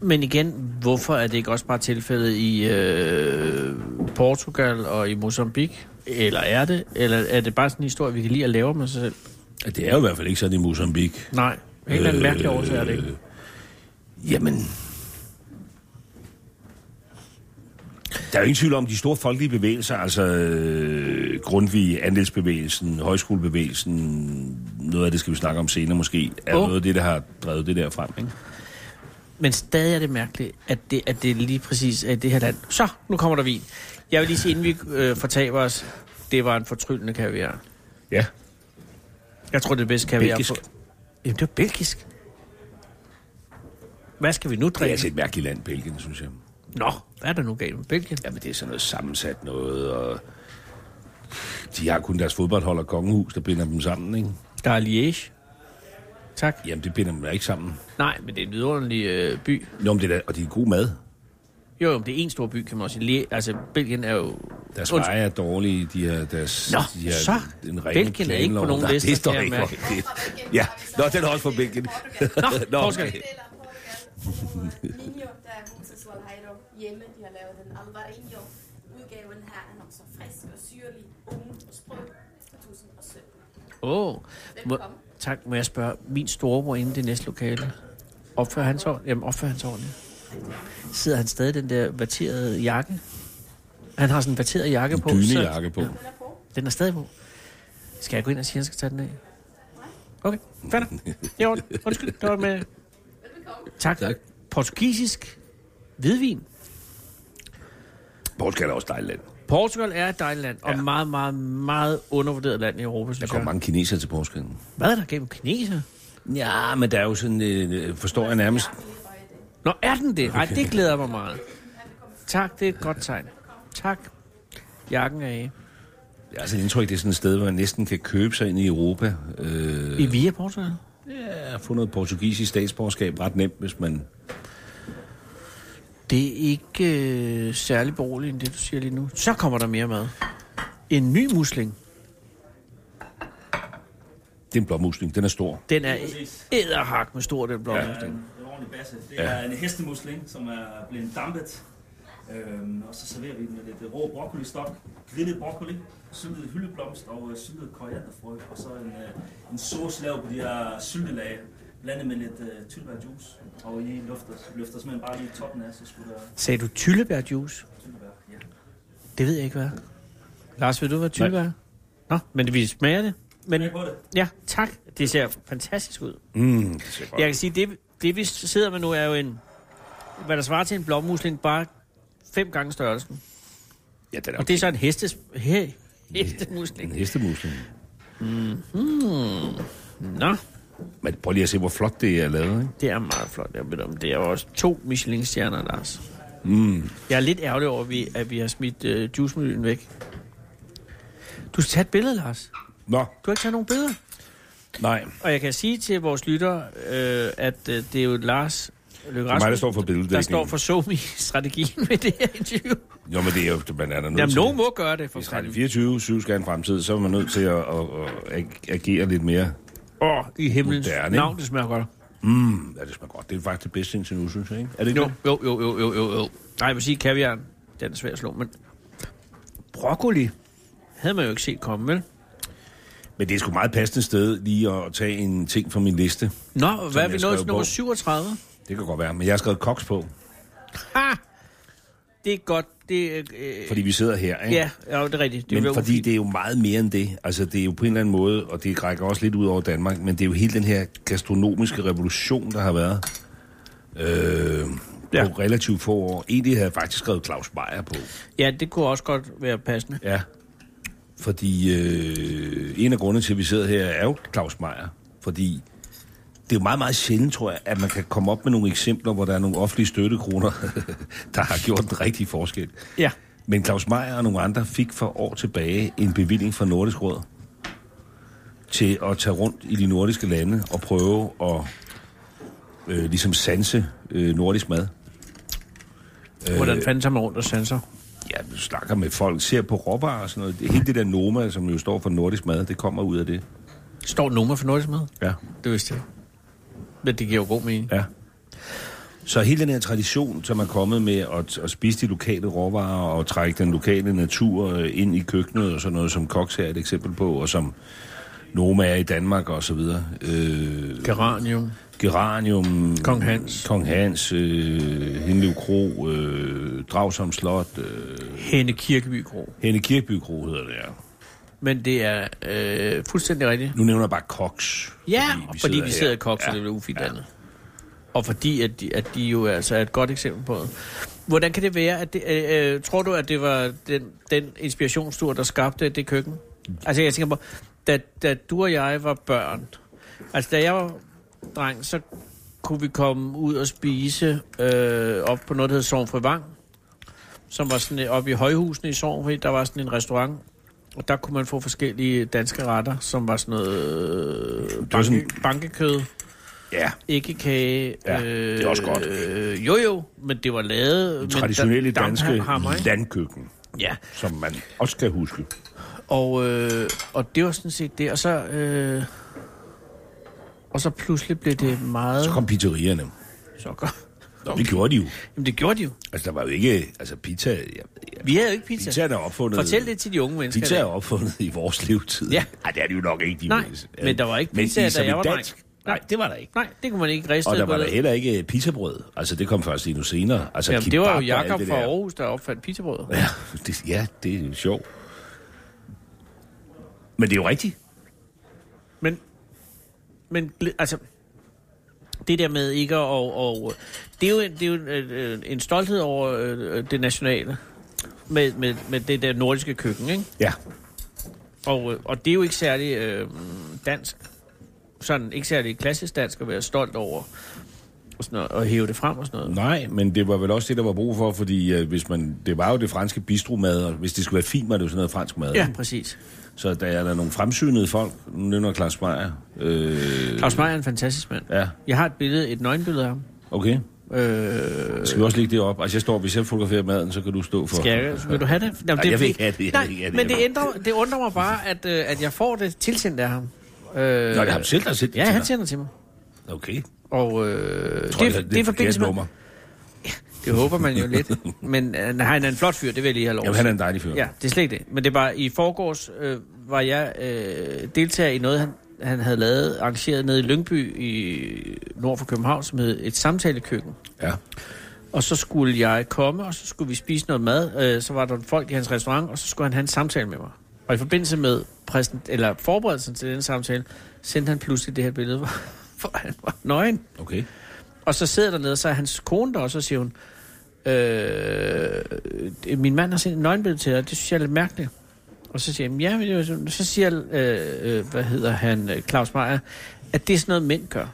Speaker 2: Men igen, hvorfor er det ikke også bare tilfældet i øh, Portugal og i Mozambique? Eller er det? Eller er det bare sådan en historie, vi kan lide at lave med sig selv?
Speaker 3: Og Det er jo i hvert fald ikke sådan i Mozambique.
Speaker 2: Nej, en eller anden mærkelig årsag er det ikke.
Speaker 3: Jamen... Der er jo ingen tvivl om de store folkelige bevægelser, altså øh, Grundtvig, andelsbevægelsen, højskolebevægelsen, noget af det skal vi snakke om senere måske, er
Speaker 2: Åh.
Speaker 3: oh. noget af det, der har drevet det der frem, ikke?
Speaker 2: Men stadig er det mærkeligt, at det, at det lige præcis er i det her land. Så, nu kommer der vin. Jeg vil lige sige, inden vi øh, fortaber os, det var en fortryllende kaviar.
Speaker 3: Ja.
Speaker 2: Jeg tror, det er bedst kaviar.
Speaker 3: Belgisk.
Speaker 2: På. Jamen, det var belgisk. Hvad skal vi nu
Speaker 3: Det er
Speaker 2: drikke?
Speaker 3: altså et mærkeligt land, Belgien, synes jeg.
Speaker 2: Nå, hvad er der nu galt med Belgien?
Speaker 3: Jamen, det er sådan noget sammensat noget, og de har kun deres fodboldhold og kongehus, der binder dem sammen, ikke?
Speaker 2: Der er Liège. Tak.
Speaker 3: Jamen, det binder dem da ikke sammen.
Speaker 2: Nej, men det er en vidunderlig øh, by.
Speaker 3: Nå, men det er, da- og det er god mad.
Speaker 2: Jo, jo, men det er en stor by, kan man også sige. Le- altså, Belgien er jo...
Speaker 3: Deres
Speaker 2: Undskyld.
Speaker 3: veje er dårlige, de har deres...
Speaker 2: Nå,
Speaker 3: de har
Speaker 2: så.
Speaker 3: den rene
Speaker 2: Belgien er ikke på
Speaker 3: planlov.
Speaker 2: nogen
Speaker 3: Nej,
Speaker 2: liste,
Speaker 3: det står
Speaker 2: kan jeg
Speaker 3: ikke
Speaker 2: mærke.
Speaker 3: på. Det. Ja, Nå, den er også på Belgien.
Speaker 2: Nå, Nå okay.
Speaker 4: Eller Portugal. Minho, der er Moses Walheido hjemme, de har lavet den Alvarinho. Udgaven her er nok så frisk og syrlig, ung og sprød fra 2017.
Speaker 2: Åh. Må, tak, må jeg spørge. Min storebror inde i det næste lokale. Opfører han sig ordentligt? Jamen, opfører han sig ordentligt? Sidder han stadig i den der vaterede jakke? Han har sådan en vateret jakke på. så-
Speaker 3: Dynejakke på.
Speaker 4: Hun er på.
Speaker 2: Den er stadig på. Skal jeg gå ind og sige, at han skal tage den af? Okay, fanden. Jo, undskyld. Det var med... Tak.
Speaker 3: Tak.
Speaker 2: Portugisisk hvidvin.
Speaker 3: Portugal er også dejligt land.
Speaker 2: Portugal er et dejligt land, og
Speaker 3: Ja.
Speaker 2: meget, meget, meget undervurderet land i Europa,
Speaker 3: Der
Speaker 2: synes
Speaker 3: kommer
Speaker 2: jeg.
Speaker 3: mange kinesere til Portugal.
Speaker 2: Hvad er der gennem kineser?
Speaker 3: Ja, men der er jo sådan, øh, forstår jeg nærmest...
Speaker 2: Nå, er den det? Ej, det glæder mig meget. Tak, det er et godt tegn. Tak. Jakken er af.
Speaker 3: Jeg har sådan et indtryk, det er sådan et sted, hvor man næsten kan købe sig ind i Europa. Øh,
Speaker 2: I Via Portugal?
Speaker 3: ja, få noget portugisisk statsborgerskab ret nemt, hvis man...
Speaker 2: Det er ikke øh, særlig beroligende, det du siger lige nu. Så kommer der mere mad. En ny musling.
Speaker 3: Det er en blåmusling, den er stor.
Speaker 2: Den er
Speaker 5: præcis.
Speaker 2: æderhak med stor, den blå
Speaker 3: Ja.
Speaker 2: musling.
Speaker 5: en ordentlig basse. Det er en hestemusling, som er blevet dampet. Øhm, og så serverer vi den med lidt øh, rå broccolistok, grillet broccoli, syltet hyldeblomst og øh, syltet korianderfrø, og så en, øh, en sauce lavet på de her syltelage, blandet med lidt øh, tyldbærjuice, og I løfter, løfter simpelthen bare lige toppen af, så skulle der
Speaker 2: Sagde du tyllebærjuice?
Speaker 5: tyldebær. Ja.
Speaker 2: Det ved jeg ikke, hvad er. Lars, ved du, hvad tyllebær er? Nå, men vi smager det. Men,
Speaker 5: Smag på det.
Speaker 2: ja, tak. Det ser fantastisk ud.
Speaker 3: Mm, det ser godt.
Speaker 2: Jeg kan sige, det, det vi sidder med nu er jo en, hvad der svarer til en blommusling, bare fem gange størrelsen.
Speaker 3: Ja, den er
Speaker 2: Og det er så en hestes, he, hestemusling.
Speaker 3: en hestemusling.
Speaker 2: Nå,
Speaker 3: Men prøv lige at se, hvor flot det er lavet, ikke?
Speaker 2: det er meget flot. Jeg ved om, det er også to Michelin-stjerner, Lars. Mm. Jeg er lidt ærgerlig over, at vi, at vi har smidt øh, juice væk. Du skal tage et billede, Lars.
Speaker 3: Nå,
Speaker 2: Du har ikke taget nogen billeder.
Speaker 3: nej.
Speaker 2: Og jeg kan sige til vores lyttere, øh, at øh, det er jo Lars Løkke
Speaker 3: er mig,
Speaker 2: Rasmussen,
Speaker 3: der står for
Speaker 2: der
Speaker 3: billeddækningen.
Speaker 2: står for Somi-strategien med det her interview.
Speaker 3: Jo, men det er jo, man er der nødt
Speaker 2: Jamen,
Speaker 3: til.
Speaker 2: nogen må gøre det for
Speaker 3: Hvis Radio
Speaker 2: fanden.
Speaker 3: 24 7 skal have en fremtid, så er man nødt til at, at, at, ag- agere lidt mere.
Speaker 2: Åh, i himlens
Speaker 3: Moderne, ikke?
Speaker 2: navn, det smager godt.
Speaker 3: Mm, ja, det smager godt. Det er faktisk det bedste indtil nu, synes jeg, ikke? Er det ikke
Speaker 2: Jo,
Speaker 3: det?
Speaker 2: jo, jo, jo, jo, jo, jo. Nej, jeg vil sige kaviaren. Den er svær at slå, men... Broccoli havde man jo ikke set komme, vel?
Speaker 3: Men det er sgu meget passende sted lige at tage en ting fra min liste.
Speaker 2: Nå, hvad er
Speaker 3: jeg
Speaker 2: vi
Speaker 3: skrev
Speaker 2: nået til nummer
Speaker 3: på.
Speaker 2: 37?
Speaker 3: Det kan godt være, men jeg har skrevet koks på,
Speaker 2: Ha! Ah! Det er godt. Det er, øh,
Speaker 3: fordi vi sidder her, ikke?
Speaker 2: ja, ja, det er rigtigt. Det er
Speaker 3: Men
Speaker 2: jo
Speaker 3: fordi det er jo meget mere end det. Altså, det er jo på en eller anden måde, og det rækker også lidt ud over Danmark, men det er jo hele den her gastronomiske revolution, der har været øh,
Speaker 2: Ja.
Speaker 3: ja. på relativt få år. Egentlig havde jeg faktisk skrevet Claus Meier på.
Speaker 2: Ja, det kunne også godt være passende.
Speaker 3: Ja. Fordi øh, en af grundene til, at vi sidder her, er jo Claus Meier. Fordi det er jo meget, meget sjældent, tror jeg, at man kan komme op med nogle eksempler, hvor der er nogle offentlige støttekroner, der har gjort den rigtige forskel.
Speaker 2: Ja.
Speaker 3: Men Claus Meier og nogle andre fik for år tilbage en bevilling fra Nordisk Råd til at tage rundt i de nordiske lande og prøve at øh, ligesom sanse øh, nordisk mad. Øh.
Speaker 2: Hvordan fanden tager man rundt og sanser?
Speaker 3: Ja, du snakker med folk, ser på råvarer og sådan noget. Det- Hele det der Noma, som jo står for nordisk mad, det kommer ud af det.
Speaker 2: Står nummer for nordisk mad?
Speaker 3: Ja.
Speaker 2: Det vidste jeg. Men det giver jo god mening.
Speaker 3: Ja. Så hele den her tradition, som er kommet med at, at spise de lokale råvarer og trække den lokale natur øh, ind i køkkenet og sådan noget, som Cox her er et eksempel på, og som Noma er i Danmark og så videre. Øh,
Speaker 2: Geranium.
Speaker 3: Geranium,
Speaker 2: Kong Hans.
Speaker 3: Kong Hans, øh, Hindlev Kro, øh, Dragsholm Slot, øh,
Speaker 2: Henne Kirkeby Kro.
Speaker 3: Henne Kirkeby Kro hedder det, ja.
Speaker 2: Men det er øh, fuldstændig rigtigt.
Speaker 3: Nu nævner jeg bare Cox.
Speaker 2: Ja, fordi vi, fordi sidder, vi sidder i
Speaker 3: her.
Speaker 2: kok, så ja. det bliver ufint ja. andet. Og fordi at de, at de jo altså er et godt eksempel på det. Hvordan kan det være, at det, øh, øh, tror du, at det var den, den inspirationstur, der skabte det køkken? Altså jeg tænker på, da, da du og jeg var børn, altså da jeg var dreng, så kunne vi komme ud og spise øh, op på noget, der hed Sogn Fri Vang, som var sådan øh, oppe i højhusene i Sogn, der var sådan en restaurant, og der kunne man få forskellige danske retter, som var sådan noget øh,
Speaker 3: var
Speaker 2: banke,
Speaker 3: sådan-
Speaker 2: bankekød,
Speaker 3: Ja,
Speaker 2: ikke kage.
Speaker 3: Ja, det er også godt.
Speaker 2: Øh, jo jo, men det var lavet... men der-
Speaker 3: traditionelle danske
Speaker 2: damphammer, ikke?
Speaker 3: landkøkken,
Speaker 2: Ja,
Speaker 3: som man også kan huske.
Speaker 2: og, øh, og det var sådan set det, og så... Øh, og så pludselig blev det meget...
Speaker 3: Så kom pizzerierne.
Speaker 2: Så godt.
Speaker 3: Nå, det gjorde de jo.
Speaker 2: Jamen det gjorde de jo.
Speaker 3: Altså, der var jo ikke... Altså, pizza... Ja, ja,
Speaker 2: Vi havde jo ikke pizza.
Speaker 3: pizzaen er opfundet...
Speaker 2: Fortæl det til de unge mennesker.
Speaker 3: Pizza er
Speaker 2: i dag.
Speaker 3: opfundet i vores levetid.
Speaker 2: Ja.
Speaker 3: Ej, det er det jo nok ikke, de
Speaker 2: Nej,
Speaker 3: fleste.
Speaker 2: men der var ikke
Speaker 3: Men
Speaker 2: pizza,
Speaker 3: i-
Speaker 2: da
Speaker 3: som
Speaker 2: jeg
Speaker 3: i
Speaker 2: var
Speaker 3: dansk,
Speaker 2: dreng.
Speaker 3: Nej, det var der ikke.
Speaker 2: Nej, det kunne man ikke riste.
Speaker 3: Og der var der heller ikke pizzabrød. Altså, det kom først endnu senere. Altså,
Speaker 2: Jamen, det var jo
Speaker 3: kebab og alt
Speaker 2: Jakob
Speaker 3: det
Speaker 2: fra
Speaker 3: der.
Speaker 2: Aarhus, der opfandt pizzabrødet.
Speaker 3: Ja, det, ja, det er jo sjovt. Men det er jo rigtigt.
Speaker 2: Men, men glæ- altså, det der med ikke at... Og, og, det er jo, en, det er jo en, øh, en stolthed over øh, det nationale. Med, med, med det der nordiske køkken, ikke?
Speaker 3: Ja.
Speaker 2: Og, øh, og det er jo ikke særlig øh, dansk. Sådan, ikke særlig klassisk dansk at være stolt over. Og, sådan noget, og hæve det frem og sådan noget.
Speaker 3: Nej, men det var vel også det, der var brug for, fordi øh, hvis man, det var jo det franske bistromad, og hvis det skulle være fint, var det jo sådan noget fransk mad.
Speaker 2: Ja, præcis.
Speaker 3: Så der er der nogle fremsynede folk, nu nævner jeg Klaus Meier. Øh,
Speaker 2: Claus Meier er en fantastisk mand.
Speaker 3: ja,
Speaker 2: Jeg har et billede, et nøgenbillede af ham.
Speaker 3: okay.
Speaker 2: Øh,
Speaker 3: Skal vi også lægge det op? Altså, jeg står, hvis jeg fotograferer maden, så kan du stå for.
Speaker 2: skal jeg, vil du have det? Jamen,
Speaker 3: Nej, jeg vil ikke have det, jeg
Speaker 2: nej,
Speaker 3: vil ikke have det.
Speaker 2: men det, ændrer, det undrer mig bare, at, øh, at jeg får det tilsendt af ham. Øh,
Speaker 3: Nå, det er ham selv, der har sendt det
Speaker 2: Ja,
Speaker 3: til
Speaker 2: han
Speaker 3: dig.
Speaker 2: sender det til mig.
Speaker 3: Okay.
Speaker 2: Og øh,
Speaker 3: Tror, det, det, det, er
Speaker 2: i
Speaker 3: forkert
Speaker 2: forbindelse med...
Speaker 3: nummer.
Speaker 2: Det håber man jo lidt. Men øh, nej, han er en flot fyr, det vil jeg lige have lov
Speaker 3: Jamen,
Speaker 2: at
Speaker 3: han
Speaker 2: sige.
Speaker 3: er en dejlig fyr.
Speaker 2: Ja, det er slet ikke det. Men det var i forgårs, øh, var jeg øh, deltager i noget, han, han havde lavet, arrangeret nede i Lyngby i nord for København, som hed et samtalekøkken.
Speaker 3: Ja.
Speaker 2: Og så skulle jeg komme, og så skulle vi spise noget mad. Øh, så var der folk i hans restaurant, og så skulle han have en samtale med mig. Og i forbindelse med præsent, eller forberedelsen til den samtale, sendte han pludselig det her billede, hvor, hvor han var nøgen.
Speaker 3: Okay.
Speaker 2: Og så sidder dernede, og så er hans kone der, og så siger hun, øh, min mand har sendt en nøgenbillede til dig, det synes jeg er lidt mærkeligt. Og så siger jeg, ja, men det var sådan- så siger, øh, øh, hvad hedder han, øh, Claus Meier, at det er sådan noget, mænd gør.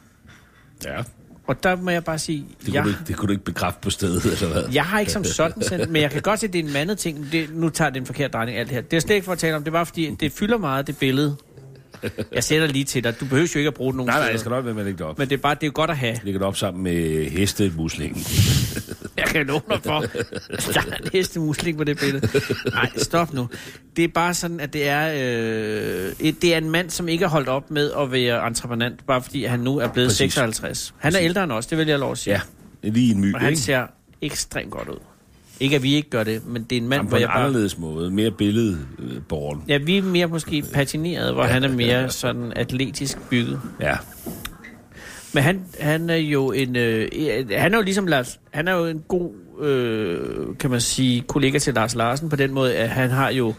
Speaker 3: Ja.
Speaker 2: Og der må jeg bare sige,
Speaker 3: Det,
Speaker 2: jeg,
Speaker 3: kunne du, ikke- det kunne du ikke bekræfte på stedet, eller hvad?
Speaker 2: jeg har ikke som sådan sendt, men jeg kan godt se, at det er en mandet ting. Det, nu tager det en forkert drejning, alt det her. Det er slet ikke for at tale om, det var fordi, det fylder meget, det billede. Jeg sætter lige til dig. Du behøver jo ikke at bruge det nogen
Speaker 3: Nej, nej,
Speaker 2: steder.
Speaker 3: jeg skal nok være med at lægge det op.
Speaker 2: Men det er bare, det er jo godt at have.
Speaker 3: Lægger det op sammen med hestemuslingen.
Speaker 2: Jeg kan love dig for, der er en hestemusling på det billede. Nej, stop nu. Det er bare sådan, at det er, øh, et- det er en mand, som ikke har holdt op med at være entreprenant, bare fordi han nu er blevet
Speaker 3: Præcis.
Speaker 2: Præcis. 56. Han er ældre end os, det vil jeg have lov at sige.
Speaker 3: Ja, det er lige en my,
Speaker 2: Og han
Speaker 3: ikke?
Speaker 2: ser ekstremt godt ud. Ikke at vi ikke gør det, men det er en mand,
Speaker 3: Jamen, på
Speaker 2: hvor
Speaker 3: en
Speaker 2: jeg bare...
Speaker 3: anderledes måde. Mere billedborgen.
Speaker 2: Ja, vi er mere måske patineret, hvor han er mere sådan atletisk bygget.
Speaker 3: Ja.
Speaker 2: Men han, han er jo en... Øh, en- han er jo ligesom Lars... Han er jo en god, øh, kan man sige, kollega til Lars Larsen på den måde, at han har jo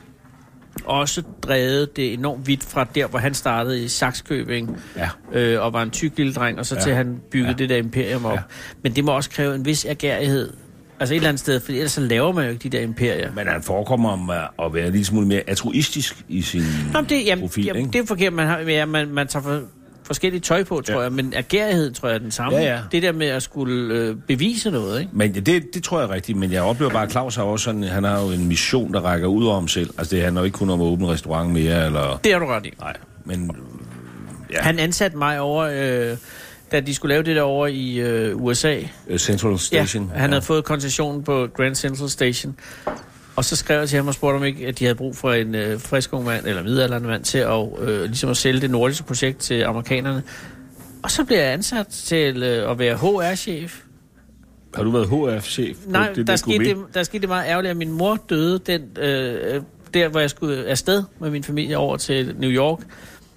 Speaker 2: også drevet det enormt vidt fra der, hvor han startede i Saxkøbing,
Speaker 3: Ja.
Speaker 2: øh, og var en tyk lille dreng, og så
Speaker 3: Ja.
Speaker 2: ja. til han byggede ja. det der imperium op. Ja. Men det må også kræve en vis agerighed. Altså et eller andet sted, for ellers så laver man jo ikke de der imperier.
Speaker 3: Men han forekommer om at- at være lidt smule mere altruistisk i sin
Speaker 2: Nå, men det, jamen,
Speaker 3: profil,
Speaker 2: profil, jamen,
Speaker 3: ikke?
Speaker 2: det er jo forkert, man, har, ja, man, man tager for, forskellige tøj på, tror
Speaker 3: Ja.
Speaker 2: ja. jeg, men agerighed tror jeg er den samme.
Speaker 3: Ja, ja.
Speaker 2: Det der med at skulle øh, bevise noget, ikke?
Speaker 3: Men det, det tror jeg er rigtigt, men jeg oplever bare, at Claus har også sådan, han har jo en mission, der rækker ud over ham selv. Altså det handler jo ikke kun om at åbne en restaurant mere, eller...
Speaker 2: Det har du ret i.
Speaker 3: Nej, men Ja.
Speaker 2: Ja. Han ansatte mig over, øh, da de skulle lave det der over i øh, USA.
Speaker 3: øh, Central Station...
Speaker 2: Ja, han havde fået koncession på Grand Central Station. Og så skrev jeg til ham og spurgte om ikke, at de havde brug for en øh, frisk ung mand, eller midaldrende mand, til at, øh, ligesom at sælge det nordiske projekt til amerikanerne. Og så blev jeg ansat til øh, at være HR-chef.
Speaker 3: Har du været HF-chef? på
Speaker 2: Nej,
Speaker 3: det
Speaker 2: der,
Speaker 3: gourmet?
Speaker 2: skete det, der skete det meget ærgerligt, at min mor døde den, øh, der, hvor jeg skulle afsted med min familie over til New York.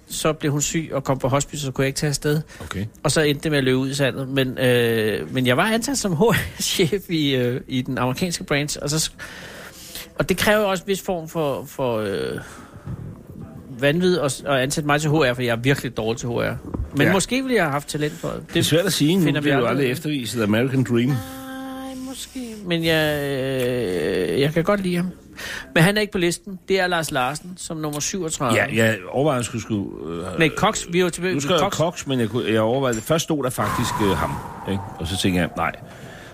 Speaker 2: Så blev hun syg og kom på hospice, så kunne jeg ikke tage afsted.
Speaker 3: Okay.
Speaker 2: Og så endte det med at løbe ud i sandet. Men, øh, men jeg var ansat som HR-chef i, øh, i den amerikanske branch. Og, så, sk- og det kræver også en vis form for, for øh, vanvid at, s- at ansætte mig til HR, for jeg er virkelig dårlig til HR. Men
Speaker 3: Ja.
Speaker 2: ja. måske ville jeg have haft talent for det.
Speaker 3: Det er svært at sige, nu
Speaker 2: finder vi
Speaker 3: bliver du
Speaker 2: aldrig
Speaker 3: aldrig
Speaker 2: ud af.
Speaker 3: efterviset American Dream.
Speaker 2: Nej, måske. Men jeg, øh, jeg kan godt lide ham. Men han er ikke på listen. Det er Lars Larsen, som nummer 37.
Speaker 3: Ja, jeg overvejede, at jeg skulle... skulle øh,
Speaker 2: Nej, Øhm, Cox. Vi er jo tilbage.
Speaker 3: nu skrev jeg Cox, men jeg, kunne, jeg overvejede... Først stod der faktisk øh, ham, ikke? Og så tænkte jeg, nej,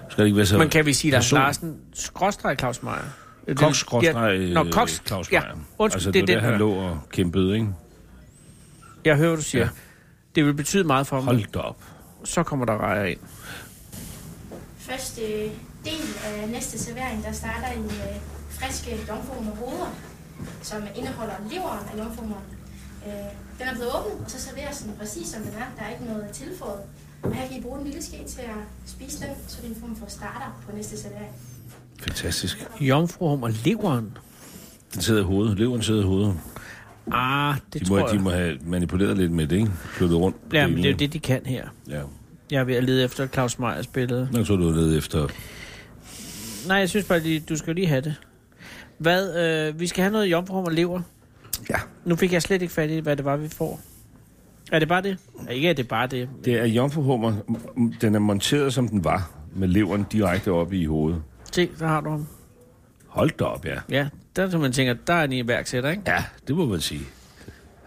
Speaker 3: skal det ikke være så...
Speaker 2: Men kan vi sige Lars
Speaker 3: person-
Speaker 2: Larsen, skråstreg Claus Meier? Øh,
Speaker 3: Cox,
Speaker 2: det-
Speaker 3: skråstreg,
Speaker 2: ja,
Speaker 3: øh,
Speaker 2: Nå, Cox,
Speaker 3: Claus
Speaker 2: ja,
Speaker 3: Meyer.
Speaker 2: undskyld,
Speaker 3: altså,
Speaker 2: det er
Speaker 3: det
Speaker 2: den
Speaker 3: var der, han
Speaker 2: her.
Speaker 3: lå og kæmpede, ikke?
Speaker 2: Jeg hører, hvad du siger.
Speaker 3: Ja.
Speaker 2: Ja. Det vil betyde meget for ham.
Speaker 3: Hold da op.
Speaker 2: Så kommer der rejer ind.
Speaker 4: Første del af næste servering, der starter en øh, friske jomfruende hoveder, som indeholder leveren af jomfruen. Øh, den er blevet åbnet, og så serveres den præcis som den er. Der er ikke noget tilføjet. Og her kan I bruge en lille ske til at spise den, så det er en form for starter på næste servering.
Speaker 3: Fantastisk.
Speaker 2: Jomfruhum og leveren.
Speaker 3: Den sidder i hovedet. Leveren sidder i hovedet.
Speaker 2: Ah, det
Speaker 3: De
Speaker 2: tror
Speaker 3: må,
Speaker 2: jeg.
Speaker 3: de må have manipuleret lidt med det, ikke? Flyttet rundt.
Speaker 2: Ja, men det er jo det, de kan her.
Speaker 3: Ja.
Speaker 2: Jeg er ved at lede efter Claus Meyers billede.
Speaker 3: Nå, så er du nede efter...
Speaker 2: Nej, jeg synes bare, lige, du skal jo lige have det. Hvad, øh, vi skal have noget jomfruhum og lever.
Speaker 3: Ja.
Speaker 2: Nu fik jeg slet ikke fat i, hvad det var, vi får. Er det bare det? Ja, ikke er det bare det.
Speaker 3: Det er jomfruhummer. Den er monteret, som den var. Med leveren direkte op i hovedet.
Speaker 2: Se, der har du ham.
Speaker 3: Hold da op, ja.
Speaker 2: Ja, der er det, man tænker, der er en iværksætter, ikke?
Speaker 3: Ja, det må man sige.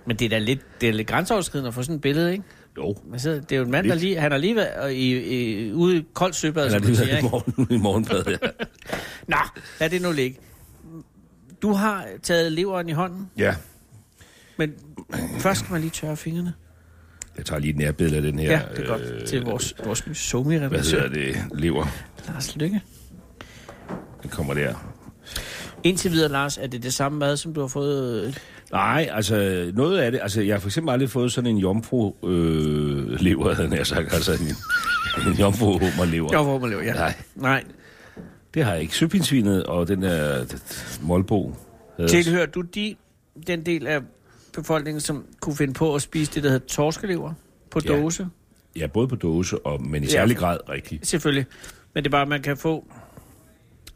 Speaker 2: Men det er da lidt, det er lidt grænseoverskridende at få sådan et billede, ikke?
Speaker 3: Jo.
Speaker 2: Man sidder, det er jo en mand, der
Speaker 3: Lidt.
Speaker 2: lige, han har lige været og i, i, ude i koldt søbad,
Speaker 3: Eller
Speaker 2: som man
Speaker 3: det
Speaker 2: siger,
Speaker 3: er i
Speaker 2: ikke?
Speaker 3: morgen, i morgenbadet, ja.
Speaker 2: Nå, lad det nu ligge. Du har taget leveren i hånden,
Speaker 3: ja.
Speaker 2: men først skal man lige tørre fingrene.
Speaker 3: Jeg tager lige et nærbillede af den her... øh,
Speaker 2: Ja, øh, det er godt. Til vores, vores
Speaker 3: Hvad
Speaker 2: somi-redaktør,
Speaker 3: hedder det? Lever.
Speaker 2: Lars Lykke.
Speaker 3: Den kommer der.
Speaker 2: Indtil videre, Lars, er det det samme mad, som du har fået? øh,
Speaker 3: Nej, altså noget af det. Altså, jeg har for eksempel aldrig fået sådan en jomfru øh, lever, havde jeg nær sagt. Altså en, en jomfru hummerlever.
Speaker 2: Jo, hvor man lever, ja.
Speaker 3: Nej.
Speaker 2: Nej.
Speaker 3: Det har jeg ikke. Søpindsvinet og den der det- Molbo. havde-
Speaker 2: Tilhører du de, den del af befolkningen, som kunne finde på at spise det, der hedder torskelever på
Speaker 3: Ja.
Speaker 2: ja. dåse?
Speaker 3: Ja, både på dåse, og, men i særlig grad rigtig.
Speaker 2: Selvfølgelig. Men det er bare, at man kan få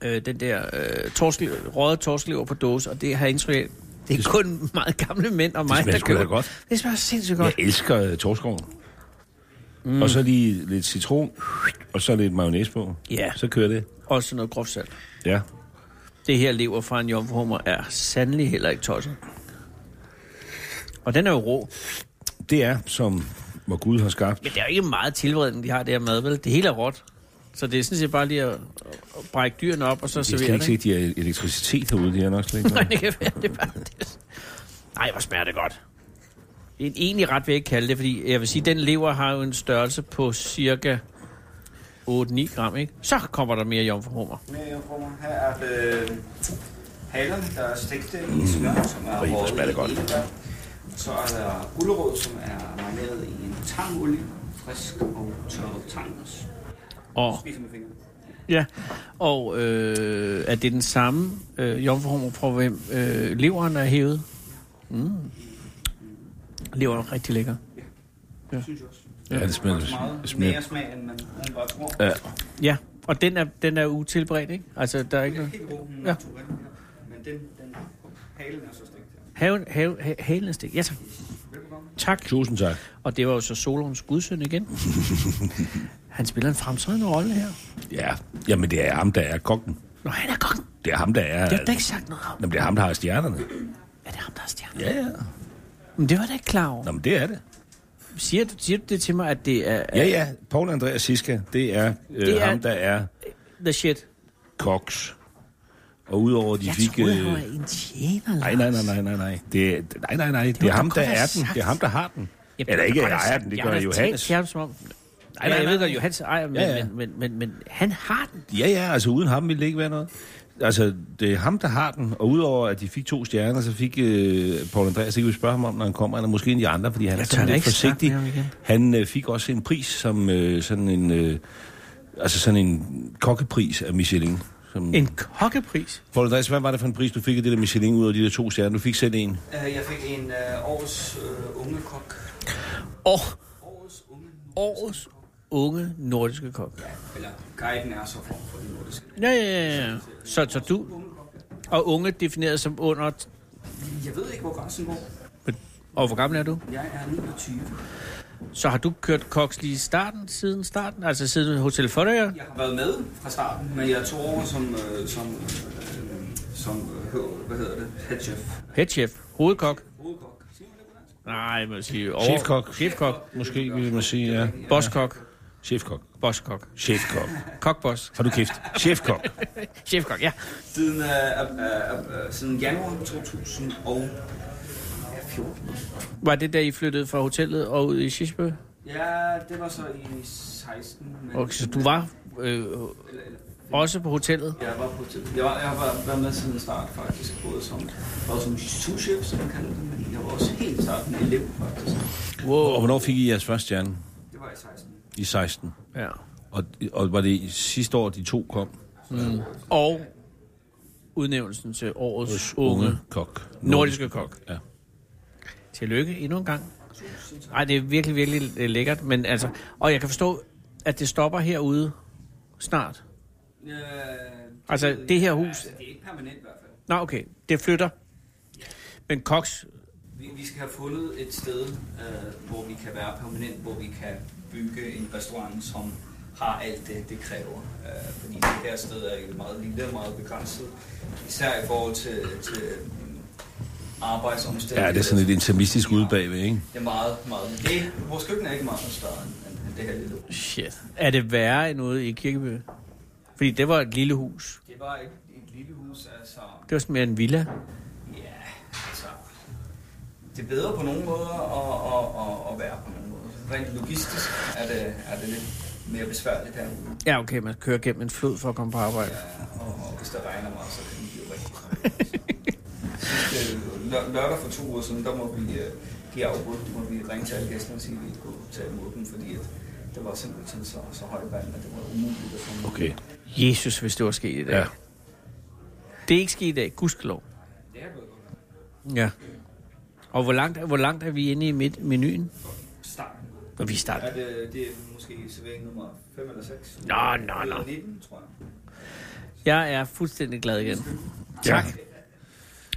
Speaker 2: øh, den der øh, torskelever, røde torskelever på dåse, og det har jeg indtryk af. Det er kun meget gamle mænd og mig,
Speaker 3: smager
Speaker 2: der
Speaker 3: sgu da
Speaker 2: køber.
Speaker 3: godt.
Speaker 2: Det smager sindssygt
Speaker 3: Jeg
Speaker 2: godt.
Speaker 3: elsker øh, torskoven. Mm. Og så lige lidt citron, og så lidt mayonnaise på.
Speaker 2: Ja.
Speaker 3: Så kører det.
Speaker 2: Og så noget groft salt.
Speaker 3: Ja.
Speaker 2: Det her lever fra en jomfruhummer er sandelig heller ikke tosset. Og den er jo rå.
Speaker 3: Det er, som hvor Gud har skabt.
Speaker 2: Men det er jo ikke meget tilvredning, de har der med, vel? Det hele er råt. Så det er sådan set bare lige at at brække dyrene op, og så
Speaker 3: Jeg
Speaker 2: servere
Speaker 3: skal
Speaker 2: det.
Speaker 3: ikke se, at de har elektricitet herude. Det er nok slet ikke
Speaker 2: Nej,
Speaker 3: noget.
Speaker 2: det kan være, det er bare det. Nej, hvor smager det godt. En egentlig ret vil jeg ikke kalde det, fordi jeg vil sige, den lever har jo en størrelse på cirka 8-9 gram, ikke? Så kommer der mere jomfruhummer.
Speaker 6: Mere jomfruer. Her er det halerne, der er stegte i smør, som er
Speaker 3: Mm. hvor smager det
Speaker 6: i
Speaker 3: godt.
Speaker 6: eddike. Så er der gulerod, som er marineret i en tangolie, frisk og tørret tang.
Speaker 2: Og,
Speaker 6: Spiser med fingrene.
Speaker 2: ja, og øh, er det den samme øh, jomfruhummer, fra hvem øh, leveren er hævet? Mm. Leveren er rigtig lækker.
Speaker 6: Synes jeg også.
Speaker 3: Ja, det smager,
Speaker 6: Faktisk meget
Speaker 3: det
Speaker 6: mere
Speaker 3: smager.
Speaker 6: smag, end man umiddelbart tror.
Speaker 3: Ja.
Speaker 2: Ja, og den er, den er utilbredt, ikke? Altså, der er ikke
Speaker 6: Den er
Speaker 2: noget.
Speaker 6: helt rå, den
Speaker 2: Ja.
Speaker 6: er naturel her. Men den, den halen er så stegt her.
Speaker 2: Haven, have, ha, halen er stik. Ja, tak.
Speaker 6: Velbekomme.
Speaker 2: tak.
Speaker 3: Tusind tak.
Speaker 2: Og det var jo så Solons gudsøn igen. han spiller en fremtrædende rolle her.
Speaker 3: Ja, jamen det er ham, der er kokken.
Speaker 2: Nå, han er kongen.
Speaker 3: Det er ham, der er...
Speaker 2: Det var da ikke sagt noget om.
Speaker 3: Jamen, det er ham, der har stjernerne.
Speaker 2: Er det ham, der er stjerne?
Speaker 3: Ja, ja.
Speaker 2: Men det var jeg da ikke klar over.
Speaker 3: Nå, men det er det.
Speaker 2: Siger du, siger du det til mig, at det er
Speaker 3: Ja, ja. Paul Andreas Siska, det er, øh,
Speaker 2: Det
Speaker 3: det
Speaker 2: er-
Speaker 3: er... ham, der er
Speaker 2: the shit?
Speaker 3: koks. Og udover de
Speaker 2: Jeg
Speaker 3: fik... øh,
Speaker 2: troede, han var en tjener,
Speaker 3: Nej,
Speaker 2: Lars.
Speaker 3: nej, nej, nej, nej, nej. Det, er- nej, nej, nej. Det,
Speaker 2: må
Speaker 3: er
Speaker 2: du
Speaker 3: ham,
Speaker 2: godt
Speaker 3: der
Speaker 2: have
Speaker 3: er den.
Speaker 2: sagt.
Speaker 3: Det er ham, der har den.
Speaker 2: Jeg
Speaker 3: Eller ikke,
Speaker 2: jeg
Speaker 3: jeg ejer den. Det gør Johannes.
Speaker 2: Jeg som om... Nej, nej,
Speaker 3: nej,
Speaker 2: jeg ved
Speaker 3: nej.
Speaker 2: godt, Johannes ejer, men,
Speaker 3: Ja, ja.
Speaker 2: men, men, men, men, han har den.
Speaker 3: Ja, ja, altså uden ham ville det ikke være noget. Altså, det er ham, der har den, og udover at de fik to stjerner, så fik øh, Paul Andreas ikke vil spørge ham om, når han kommer, eller måske en af de andre, fordi han
Speaker 2: Jeg
Speaker 3: er
Speaker 2: tør
Speaker 3: sådan
Speaker 2: da
Speaker 3: lidt
Speaker 2: ikke snakke
Speaker 3: forsigtig.
Speaker 2: med ham igen.
Speaker 3: Han øh, fik også en pris som øh, sådan en, øh, altså sådan en kokkepris af Michelin. Som,
Speaker 2: En kokkepris.
Speaker 3: Paul Andreas, hvad var det for en pris, du fik af det der Michelin ud af de der to stjerner? Du fik selv en.
Speaker 6: Øh, Jeg fik en øh, års øh, unge kok.
Speaker 2: Og
Speaker 6: Årets unge
Speaker 2: årets unge nordiske kok.
Speaker 6: Eller guiden er så form for den nordiske.
Speaker 2: Ja, ja, ja, ja. Så, så du... Og unge defineret som under...
Speaker 6: Jeg ved ikke, hvor grænsen går.
Speaker 2: Og hvor gammel er du?
Speaker 6: Jeg er 29.
Speaker 2: Så har du kørt koks lige i starten, siden starten? Altså siden Hotel Forøjer?
Speaker 6: Jeg har været med fra starten, men jeg er to år som, øh, som, øh, som øh, hvad hedder det, headchef.
Speaker 2: Headchef, hovedkok?
Speaker 6: Hovedkok. Siger man
Speaker 2: Nej,
Speaker 6: det på dansk?
Speaker 2: man siger over...
Speaker 3: Chefkok.
Speaker 2: Chefkok.
Speaker 3: Måske vil man sige, ja.
Speaker 2: Bosskok.
Speaker 3: Chefkok.
Speaker 2: Bosskok.
Speaker 3: Chefkok.
Speaker 2: Kokboss.
Speaker 3: Har du kæft? Chefkok.
Speaker 2: Chefkok, ja.
Speaker 6: Siden, øh, øh, øh, øh, siden januar 2014.
Speaker 2: Var det, da I flyttede fra hotellet og ud i Shishbø?
Speaker 6: Ja, det var så i 16. Men
Speaker 2: Okay, så du var øh,
Speaker 6: Eller, eller,
Speaker 2: også på hotellet?
Speaker 6: jeg var på til. Jeg, var, jeg var, var med siden start faktisk, både som, både som sous-chef, som man kalder det, men jeg var også helt i starten elev faktisk.
Speaker 3: Og
Speaker 2: Wow.
Speaker 3: hvornår fik I jeres første stjerne?
Speaker 6: Det var i 16.
Speaker 3: I 16.
Speaker 2: Ja.
Speaker 3: Og, og var det i sidste år, de to kom?
Speaker 2: Og udnævnelsen til årets unge
Speaker 3: Unge kok.
Speaker 2: nordiske kok.
Speaker 3: Ja.
Speaker 2: Tillykke endnu en gang. Nej, det er virkelig, virkelig øh, lækkert. Men altså, og jeg kan forstå, at det stopper herude snart.
Speaker 6: Øh,
Speaker 2: Altså,
Speaker 6: ved jeg
Speaker 2: det her
Speaker 6: ikke.
Speaker 2: hus-
Speaker 6: Ja, det er ikke permanent i hvert fald.
Speaker 2: Nå, okay. Det flytter. Men Cox,
Speaker 6: Vi, vi skal have fundet et sted, øh, hvor vi kan være permanent, hvor vi kan bygge en restaurant, som har alt det, det kræver. Øh, fordi det her sted er jo meget lille og meget begrænset. Især i forhold til, til mm, arbejdsomstændigheder.
Speaker 3: Ja, det er sådan lidt intermistisk ude bagved, ikke?
Speaker 6: Det er meget, meget lille. Det, vores køkken er ikke meget større end, end- end det her lille hus.
Speaker 2: shit, er det værre end ude i Kirkeby? Fordi det var et lille hus.
Speaker 6: Det var et, et lille hus, altså
Speaker 2: Det var sådan mere en villa.
Speaker 6: Ja, altså... Det er bedre på nogle måder at, at, at, at være på nogle måder. Rent logistisk er det, er det lidt mere besværligt herude.
Speaker 2: Ja, okay, man kører gennem en flod for at komme på arbejde.
Speaker 6: Ja, og, og hvis det regner meget, så kan det blive rigtig træt. Sidste lø- Lørdag for to uger siden, der må vi, øh, de afbrudt, må vi ringe til alle gæsterne og sige, at vi ikke kunne tage imod dem, fordi at det var simpelthen så, så højt vand, at det var umuligt at komme.
Speaker 3: Okay.
Speaker 2: Jesus, hvis det var sket i dag.
Speaker 3: Ja.
Speaker 2: Det er ikke sket i dag, gudskelov.
Speaker 6: Det er blevet godt.
Speaker 2: Ja. Og hvor langt, hvor langt er vi inde i midt, menuen?
Speaker 6: Starten.
Speaker 2: Og vi starter.
Speaker 6: Er det, det er måske servering nummer 5 eller 6?
Speaker 2: Nå, nå, nå.
Speaker 6: Eller 19, tror jeg.
Speaker 2: Jeg er fuldstændig glad igen. Tak.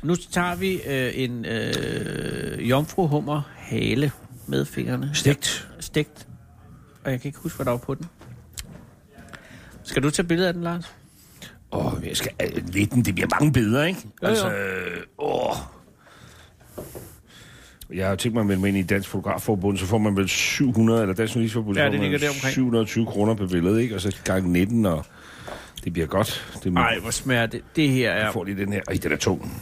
Speaker 2: Nu tager vi øh, en øh, jomfruhummer hale med fingrene.
Speaker 3: Stegt.
Speaker 2: Stegt. Og jeg kan ikke huske, hvad der var på den. Skal du tage billede af den, Lars?
Speaker 3: Åh, jeg skal... øh, 19, det bliver mange billeder, ikke?
Speaker 2: Jo, jo.
Speaker 3: øh, åh. Jeg har tænkt mig at melde mig ind i Dansk Fotografforbund, så får man vel 700, eller Dansk Journalistforbund, så
Speaker 2: Ja,
Speaker 3: får
Speaker 2: det
Speaker 3: man
Speaker 2: ligger deromkring.
Speaker 3: 720 kroner per billede, ikke? Og så gang 19, og det bliver godt. Det må...
Speaker 2: Nej, hvor smager det. Det her
Speaker 3: Jeg
Speaker 2: er...
Speaker 3: får lige den her. Ej, den er tung.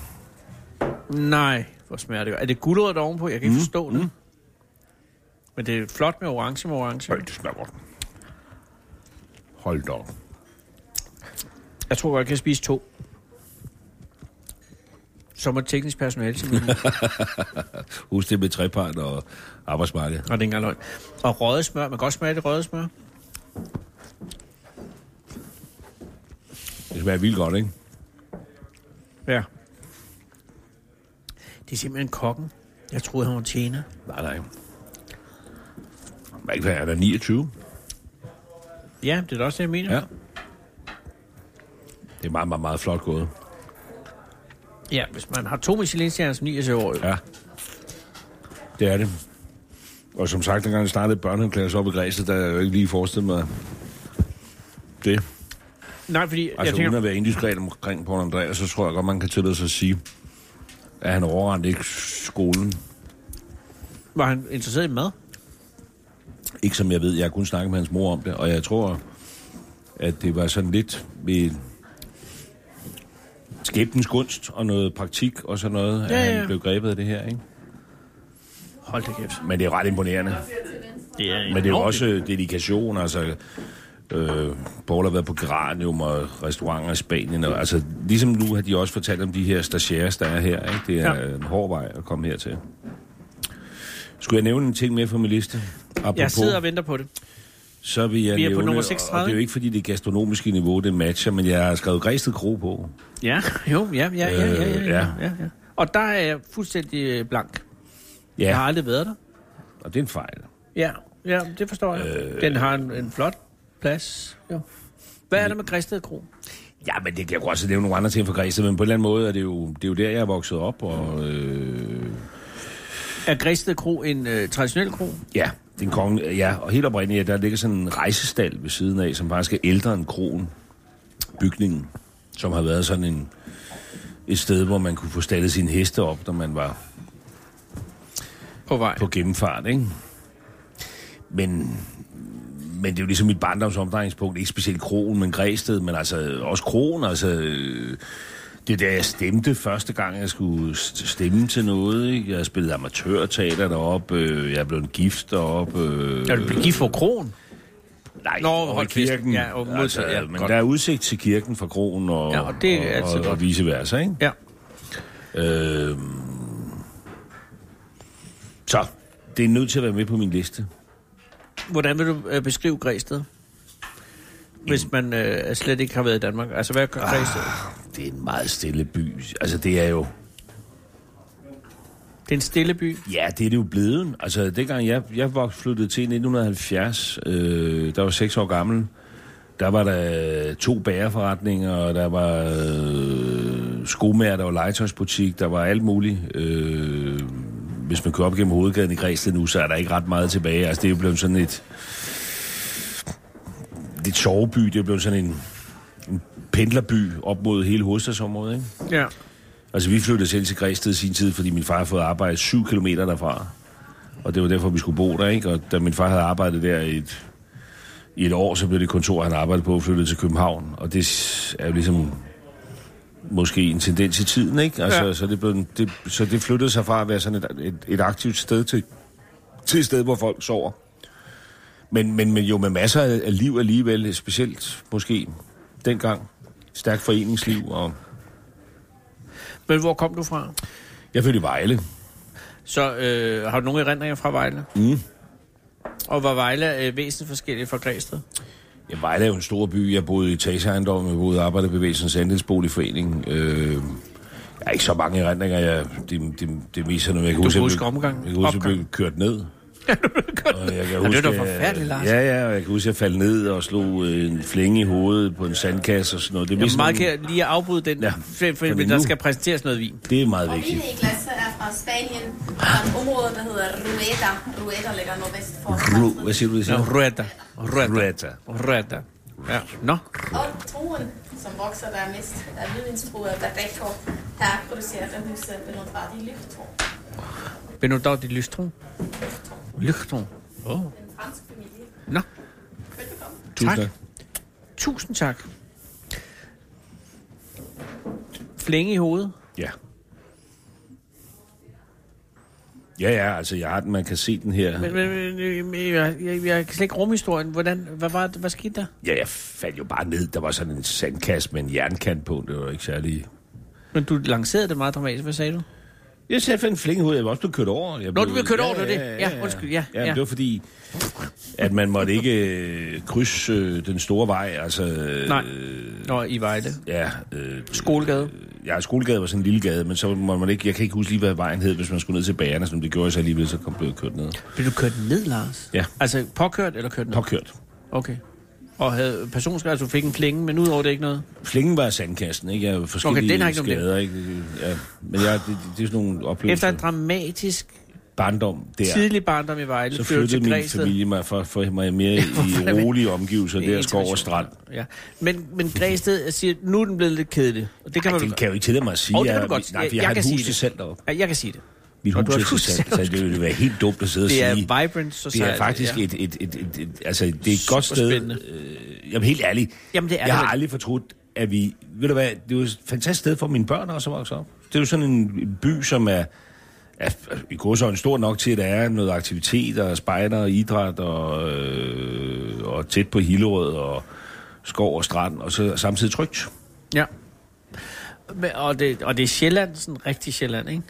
Speaker 2: Nej, hvor smager det. Er det guldrød ovenpå? Jeg kan ikke mm. forstå det. Men det er flot med orange med orange.
Speaker 3: Ej, det smager godt. Hold da op.
Speaker 2: Jeg tror godt, jeg kan spise to. Så må teknisk personale til mig.
Speaker 3: Husk det med trepart og arbejdsmarked.
Speaker 2: Og det er ikke engang løgn. Og røget smør. Man kan godt smage det røget smør.
Speaker 3: Det smager vildt godt, ikke?
Speaker 2: Ja. Det er simpelthen kokken. Jeg troede, han var tjener.
Speaker 3: Nej, nej. Hvad er der 29?
Speaker 2: Ja, det er da også det, jeg mener.
Speaker 3: Ja. Det er meget, meget, meget flot gået.
Speaker 2: ja hvis man har to Michelin-stjerner som 29 år.
Speaker 3: Ja. Det er det. Og som sagt, dengang jeg startede børnehaveklasse op i Græsted, der jeg jo ikke lige forestillet mig det.
Speaker 2: Nej, fordi
Speaker 3: Altså
Speaker 2: jeg
Speaker 3: tænker... uden
Speaker 2: tænker...
Speaker 3: at være indiskret omkring Paul Andreas, så tror jeg godt, man kan tillade sig at sige, at han overrendte ikke skolen.
Speaker 2: Var han interesseret i mad?
Speaker 3: Ikke som jeg ved, jeg har kun snakket med hans mor om det, og jeg tror, at det var sådan lidt ved skæbnens gunst og noget praktik og sådan noget, ja,
Speaker 2: Ja,
Speaker 3: at
Speaker 2: ja,
Speaker 3: han
Speaker 2: ja.
Speaker 3: blev grebet af det her, ikke?
Speaker 2: Hold da kæft.
Speaker 3: Men det er ret imponerende.
Speaker 2: Det er
Speaker 3: Men det er jo
Speaker 2: enormt.
Speaker 3: også dedikation, altså... Øh, Paul har været på Geranium og restauranter i Spanien. Og, altså, ligesom nu har de også fortalt om de her stagiaires, der er her. Ikke? Det er
Speaker 2: Ja.
Speaker 3: ja. en hård vej at komme hertil. Skulle jeg nævne en ting mere fra min liste? Apropos,
Speaker 2: Jeg sidder og venter på det.
Speaker 3: så vil jeg
Speaker 2: Vi er på
Speaker 3: nævne,
Speaker 2: nummer
Speaker 3: Og
Speaker 2: 36.
Speaker 3: det er jo ikke, fordi det gastronomiske niveau, det matcher, men jeg har skrevet Græsted Kro på.
Speaker 2: Ja, jo, ja, ja, ja, ja, ja,
Speaker 3: Øh,
Speaker 2: ja,
Speaker 3: ja.
Speaker 2: ja, ja. Og der er jeg fuldstændig øh, blank.
Speaker 3: Ja,
Speaker 2: Jeg har aldrig været der.
Speaker 3: og det er en fejl.
Speaker 2: Ja, ja, det forstår jeg. Øh, Den har en, en flot plads. Jo. Hvad er der med Græsted Kro?
Speaker 3: Ja, men det kan jeg jo også nævne nogle andre ting fra Græsted, men på en eller anden måde er det jo, det er jo der, jeg er vokset op, og... Øh,
Speaker 2: Er Græsted Kro en øh, traditionel kro?
Speaker 3: Ja, den konge, ja, og helt oprindeligt, ja, der ligger sådan en rejsestal ved siden af, som faktisk er ældre end kronen, bygningen, som har været sådan en, et sted, hvor man kunne få stallet sine heste op, når man var
Speaker 2: På vej.
Speaker 3: på gennemfart, ikke? Men, men det er jo ligesom mit barndoms omdrejningspunkt, ikke specielt kronen, men Græsted, men altså også kronen, altså... øh, Det er da jeg stemte første gang, jeg skulle st- stemme til noget. Ikke? Jeg spillede amatørteater deroppe, øh, jeg blev en gift deroppe. Øh,
Speaker 2: Er du blevet gift for kroen?
Speaker 3: Nej,
Speaker 2: Nå,
Speaker 3: over
Speaker 2: hold fest.
Speaker 3: kirken.
Speaker 2: Ja, og modsat,
Speaker 3: altså,
Speaker 2: ja,
Speaker 3: men
Speaker 2: godt.
Speaker 3: der er udsigt til kirken fra krogen og,
Speaker 2: Ja, og det er
Speaker 3: og,
Speaker 2: altid
Speaker 3: og,
Speaker 2: godt.
Speaker 3: og vice versa, ikke?
Speaker 2: Ja.
Speaker 3: Øhm, så, det er nødt til at være med på min liste.
Speaker 2: Hvordan vil du øh, beskrive Græsted? Hvis man øh, slet ikke har været i Danmark. Altså, hvad gør Græsted?
Speaker 3: Det er en meget stille by. Altså, det er jo...
Speaker 2: Det er en stille by.
Speaker 3: Ja, det er det jo blevet. Altså, dengang jeg, jeg var flyttet til i 1970, øh, der var seks år gammel, der var der to bagerforretninger, og der var øh, skomager, der var legetøjsbutik, der var alt muligt. Øh, hvis man kører op gennem hovedgaden i Græsted nu, så er der ikke ret meget tilbage. Altså, det er jo blevet sådan et... Det soveby, det er blevet sådan en, en pendlerby op mod hele hovedstadsområdet, ikke?
Speaker 2: Ja.
Speaker 3: Altså, vi flyttede selv til Græsted i sin tid, fordi min far havde fået arbejde syv kilometer derfra. Og det var derfor, vi skulle bo der, ikke? Og da min far havde arbejdet der i et, i et år, så blev det kontor, han arbejdede på, flyttet til København. Og det s- er jo ligesom måske en tendens i tiden, ikke? Altså,
Speaker 2: Ja.
Speaker 3: ja. så, det blev, en- det, så det flyttede sig fra at være sådan et, et, et aktivt sted til, til et sted, hvor folk sover. Men, men, men jo med masser af af liv alligevel, specielt måske dengang. Stærkt foreningsliv, og
Speaker 2: Men hvor kom du fra?
Speaker 3: jeg følte i Vejle.
Speaker 2: Så øh, har du nogle erindringer fra Vejle? Mm. Og var Vejle øh, væsentligt forskellig fra Græsted?
Speaker 3: Ja, Vejle er jo en stor by. Jeg boede i etageejendommen, jeg boede i Arbejderbevægelsens Andelsboligforening. Øh, jeg har ikke så mange erindringer. Jeg, det, det, det mest er noget, jeg kan
Speaker 2: Du
Speaker 3: huske. jeg
Speaker 2: husker
Speaker 3: blev-
Speaker 2: omgangen?
Speaker 3: Jeg kan huske, jeg blev
Speaker 2: Opgangen?
Speaker 3: kørt ned. Og jeg kan
Speaker 2: Nå, det er da
Speaker 3: jeg-
Speaker 2: forfærdeligt, Lars.
Speaker 3: Ja, ja, og jeg kan huske, at jeg faldt ned og slog øh, en flænge i hovedet på en sandkasse og sådan noget. Det er,
Speaker 2: Jeg
Speaker 3: mest
Speaker 2: er meget
Speaker 3: nogle-
Speaker 2: ked lige at afbryde den, ja,
Speaker 3: Ja,
Speaker 2: for, for,
Speaker 3: fordi
Speaker 2: men der
Speaker 3: nu-
Speaker 2: skal præsenteres noget vin.
Speaker 3: det er meget
Speaker 7: Og
Speaker 3: vigtigt.
Speaker 7: mine i klasse er fra Spanien, fra et område, der hedder Rueda. Rueda ligger nordvest for
Speaker 3: Ru, hvad siger du, det
Speaker 2: Ja,
Speaker 3: siger?
Speaker 2: Rueda. Rueda.
Speaker 3: Rueda.
Speaker 2: Rueda. Ja. Nå,
Speaker 7: Og troen, som vokser, der er mest der er hvidvindsbruget, der er dækhår. Her producerer den huset ved noget ret i Lyftår.
Speaker 2: Vil du dog dit lystron? Lystron. Åh. Oh.
Speaker 7: Den franske familie.
Speaker 2: Nå,
Speaker 7: Velbekomme.
Speaker 3: Tusind
Speaker 2: Tak. tusind tak. Flænge i hovedet.
Speaker 3: Ja. Ja, ja, altså jeg har den, man kan se den her.
Speaker 2: Men, men, men, men jeg, jeg, jeg kan slet ikke rumme historien. Hvordan, hvad, var, det- hvad skete der?
Speaker 3: Ja, jeg faldt jo bare ned. Der var sådan en sandkasse med en jernkant på. Det var ikke særlig...
Speaker 2: Men du lancerede det meget dramatisk. Hvad sagde du?
Speaker 3: Jeg satte en flinge ud. Jeg var også blevet kørt over. Jeg
Speaker 2: du blev kørt over, det var det. Ja, undskyld, ja,
Speaker 3: ja.
Speaker 2: ja.
Speaker 3: men det var fordi, at man måtte ikke øh, krydse øh, den store vej. Altså, øh,
Speaker 2: Nej. Nå, i Vejle.
Speaker 3: Ja, øh,
Speaker 2: Skolegade.
Speaker 3: ja, Skolegade var sådan en lille gade, men så må man ikke... Jeg kan ikke huske lige, hvad vejen hed, hvis man skulle ned til bagerne, som det gjorde jeg så alligevel, så kom blev jeg kørt ned.
Speaker 2: Blev du kørt ned, Lars?
Speaker 3: Ja.
Speaker 2: Altså påkørt eller kørt ned?
Speaker 3: Påkørt.
Speaker 2: Okay. Og havde personskade, altså du fik en flænge, men udover det ikke noget?
Speaker 3: Flingen var sandkasten, ikke? Jeg var forskellige
Speaker 2: den har ikke nogen
Speaker 3: skader, ikke? Ja, men jeg, det, det, det, er sådan nogle oplevelser.
Speaker 2: Efter en dramatisk
Speaker 3: barndom der.
Speaker 2: ja. tidlig barndom i Vejle,
Speaker 3: så
Speaker 2: flyttede
Speaker 3: flyttede
Speaker 2: til
Speaker 3: min
Speaker 2: Græsted.
Speaker 3: familie mig for, for mig mere i
Speaker 2: fanden.
Speaker 3: rolige omgivelser
Speaker 2: I
Speaker 3: der skov og strand.
Speaker 2: international- Ja. Men, men Græsted, jeg siger, nu er den blevet lidt kedelig. Og det kan
Speaker 3: Ej,
Speaker 2: man
Speaker 3: det kan jeg jo ikke tillade mig at sige.
Speaker 2: Åh, det kan
Speaker 3: Jeg-
Speaker 2: du godt.
Speaker 3: Nej, for
Speaker 2: Jeg-
Speaker 3: jeg,
Speaker 2: jeg
Speaker 3: har
Speaker 2: kan
Speaker 3: et
Speaker 2: sige
Speaker 3: hus til
Speaker 2: det.
Speaker 3: salg deroppe.
Speaker 2: Ja, jeg kan sige det.
Speaker 3: Mit
Speaker 2: Og du
Speaker 3: hus
Speaker 2: har
Speaker 3: til
Speaker 2: et hus til
Speaker 3: salg,
Speaker 2: salg.
Speaker 3: så det ville være helt dumt at sidde og
Speaker 2: Det er
Speaker 3: sige.
Speaker 2: Vibrant Society.
Speaker 3: Det er faktisk
Speaker 2: ja.
Speaker 3: et, et, et, et, et, altså, det er et godt sted.
Speaker 2: Superspændende.
Speaker 3: Øh, jamen, helt ærligt.
Speaker 2: Jamen, det er
Speaker 3: jeg
Speaker 2: det
Speaker 3: har
Speaker 2: vel.
Speaker 3: aldrig fortrudt, at vi... Ved du hvad, det er jo et fantastisk sted for mine børn også at vokse op. Det er jo sådan en by, som er, er i godsøjne stor nok til, at der er noget aktivitet og spejder og idræt og, øh, og tæt på Hillerød og skov og strand, og så samtidig trygt.
Speaker 2: Ja. Men, og, det, og det er Sjælland, sådan rigtig Sjælland, ikke?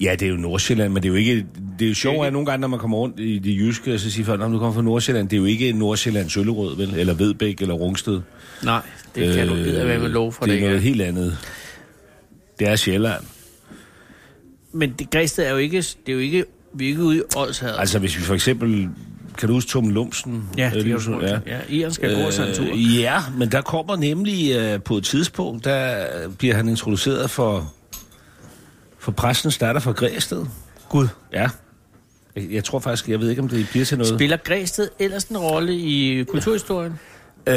Speaker 3: Ja, det er jo Nordsjælland, men det er jo ikke... Det er jo sjovt, at nogle gange, når man kommer rundt i det jyske, og så siger folk, at du kommer fra Nordsjælland, det er jo ikke Nordsjællands Øllerød, vel? Eller Vedbæk, eller Rungsted.
Speaker 2: Nej, det kan øh, du vide, hvad med lov for
Speaker 3: det
Speaker 2: det.
Speaker 3: er
Speaker 2: ikke
Speaker 3: noget
Speaker 2: er.
Speaker 3: helt andet. Det er Sjælland.
Speaker 2: Men det, Græsted er jo ikke, det er jo ikke, vi er ikke ude i Ålshavet.
Speaker 3: Altså, hvis vi for eksempel... Kan du huske Tom Lumsen?
Speaker 2: ja, det er
Speaker 3: Lumsen,
Speaker 2: jo ja. ja, Iren skal øh, gå sådan en tur.
Speaker 3: ligesom- Øh, ja, men der kommer nemlig øh, på et tidspunkt, der bliver han introduceret for, for præsten starter fra Græsted. Gud. Ja. Jeg, jeg tror faktisk, jeg ved ikke, om det bliver til noget.
Speaker 2: Spiller Græsted ellers en rolle i kulturhistorien?
Speaker 3: Øh,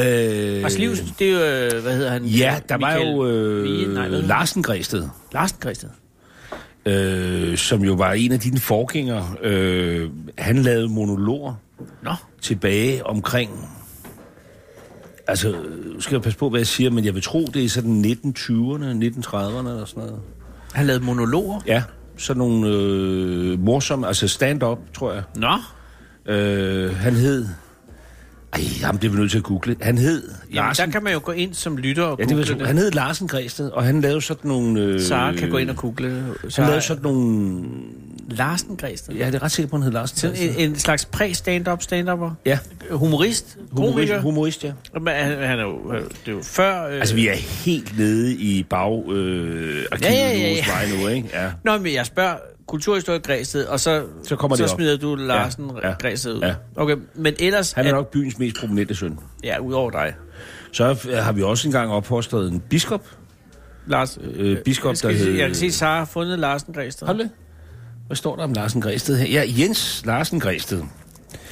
Speaker 2: Lars Livs, det er jo, øh, hvad hedder han?
Speaker 3: Ja, der
Speaker 2: Michael
Speaker 3: var jo
Speaker 2: Vige, nej,
Speaker 3: øh, nej,
Speaker 2: hvad Lars.
Speaker 3: Larsen Græsted,
Speaker 2: Larsen Græsted.
Speaker 3: øh, som jo var en af dine forgængere. Øh, han lavede monologer
Speaker 2: Nå,
Speaker 3: tilbage omkring... Altså, nu skal jeg passe på, hvad jeg siger, men jeg vil tro, det er sådan 1920'erne, 1930'erne eller sådan noget.
Speaker 2: han lavede monologer.
Speaker 3: Ja, sådan nogle øh, morsomme, altså stand-up, tror jeg.
Speaker 2: Nå,
Speaker 3: Øh, han hed... Ej, ham bliver vi nødt til at google. Han hed
Speaker 2: jamen,
Speaker 3: Larsen
Speaker 2: der kan man jo gå ind som lytter og
Speaker 3: Ja, det
Speaker 2: google
Speaker 3: var
Speaker 2: det.
Speaker 3: så. Han hed Larsen Græsted, og han lavede sådan nogle... Øh,
Speaker 2: Sara kan gå ind og google.
Speaker 3: Han
Speaker 2: Sara,
Speaker 3: lavede sådan nogle...
Speaker 2: Larsen Græsted.
Speaker 3: Ja, det er ret sikker på, han hed Larsen
Speaker 2: Sådan
Speaker 3: Græsted.
Speaker 2: en, en slags præ-stand-up, stand-upper.
Speaker 3: Ja,
Speaker 2: Humorist,
Speaker 3: humorist,
Speaker 2: komiker.
Speaker 3: humorist, ja.
Speaker 2: Men han, han er jo, øh, det er jo før... Øh...
Speaker 3: Altså, vi er helt nede i bag øh, arkivet ja, ja, ja, ja. hos mig nu, ikke? Ja.
Speaker 2: Nå, men jeg spørger kulturhistorie Græsted, og så,
Speaker 3: Så kommer
Speaker 2: så
Speaker 3: det op.
Speaker 2: smider du Larsen
Speaker 3: Ja, ja,
Speaker 2: ja, Græsted ud.
Speaker 3: ja.
Speaker 2: Okay, men ellers...
Speaker 3: Han er nok byens mest prominente søn.
Speaker 2: Ja, udover dig.
Speaker 3: Så øh, har vi også engang opfostret en biskop.
Speaker 2: Lars,
Speaker 3: Øh, biskop,
Speaker 2: jeg,
Speaker 3: der
Speaker 2: skal, sige-
Speaker 3: hed...
Speaker 2: jeg kan se, at Sara har fundet Larsen Græsted.
Speaker 3: Hold det. Hvad står der om Larsen Græsted her? Ja, Jens Larsen Græsted.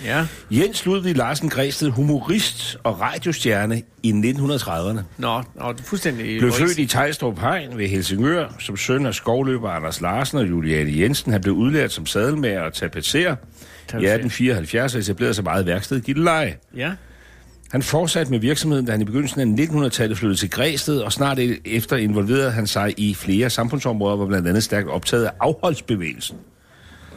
Speaker 2: Ja.
Speaker 3: Jens Ludvig Larsen Græsted, humorist og radiostjerne i 1930'erne.
Speaker 2: Nå, nå det er fuldstændig...
Speaker 3: Blev født i Tejstrup Hegn ved Helsingør, som søn af skovløber Anders Larsen og Juliane Jensen. Han blev udlært som sadelmager og tapetserer i 1874 og etablerede sig meget værksted i Gilleleje.
Speaker 2: Ja.
Speaker 3: Han fortsatte med virksomheden, da han i begyndelsen af 1900-tallet flyttede til Græsted, og snart efter involverede han sig i flere samfundsområder, hvor blandt andet stærkt optaget af afholdsbevægelsen.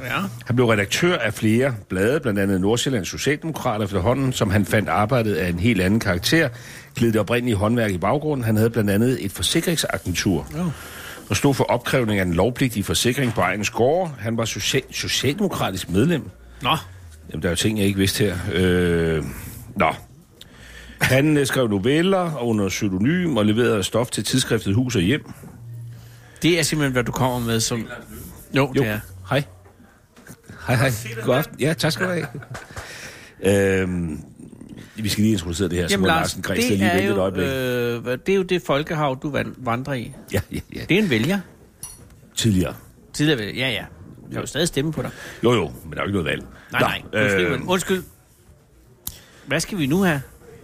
Speaker 2: Ja.
Speaker 3: Han blev redaktør af flere blade, blandt andet Nordsjællands Socialdemokrater efterhånden, som han fandt arbejdet af en helt anden karakter, gled det oprindelige håndværk i baggrunden. Han havde blandt andet et forsikringsagentur og stod for opkrævning af en lovpligtig forsikring på egen gårde. Han var social- socialdemokratisk medlem.
Speaker 2: Nå.
Speaker 3: Jamen, der er jo ting, jeg ikke vidste her. Øh, nå. Han øh, skrev noveller og under pseudonym og leverede stof til tidsskriftet Hus og Hjem.
Speaker 2: Det er simpelthen, hvad du kommer med som... Jo, jo. det er.
Speaker 3: Hej. Hej, hej. God aften. Ja, tak skal du have. øhm, vi skal lige introducere det her, så må
Speaker 2: Jamen, Lars,
Speaker 3: Larsen Græsted lige
Speaker 2: det, er
Speaker 3: vente et
Speaker 2: jo,
Speaker 3: øjeblik. Øh...
Speaker 2: øh, hvad- det er jo det folkehav, du van- vandrer i.
Speaker 3: Ja, ja, ja.
Speaker 2: Det er en vælger.
Speaker 3: Tidligere.
Speaker 2: Tidligere vælger, ja, ja. Jeg kan jo stadig stemme på dig.
Speaker 3: Jo, jo, men der er jo ikke noget valg.
Speaker 2: Nej,
Speaker 3: Nå, øhm,
Speaker 2: nej. Undskyld, men- undskyld. Hvad skal vi nu have?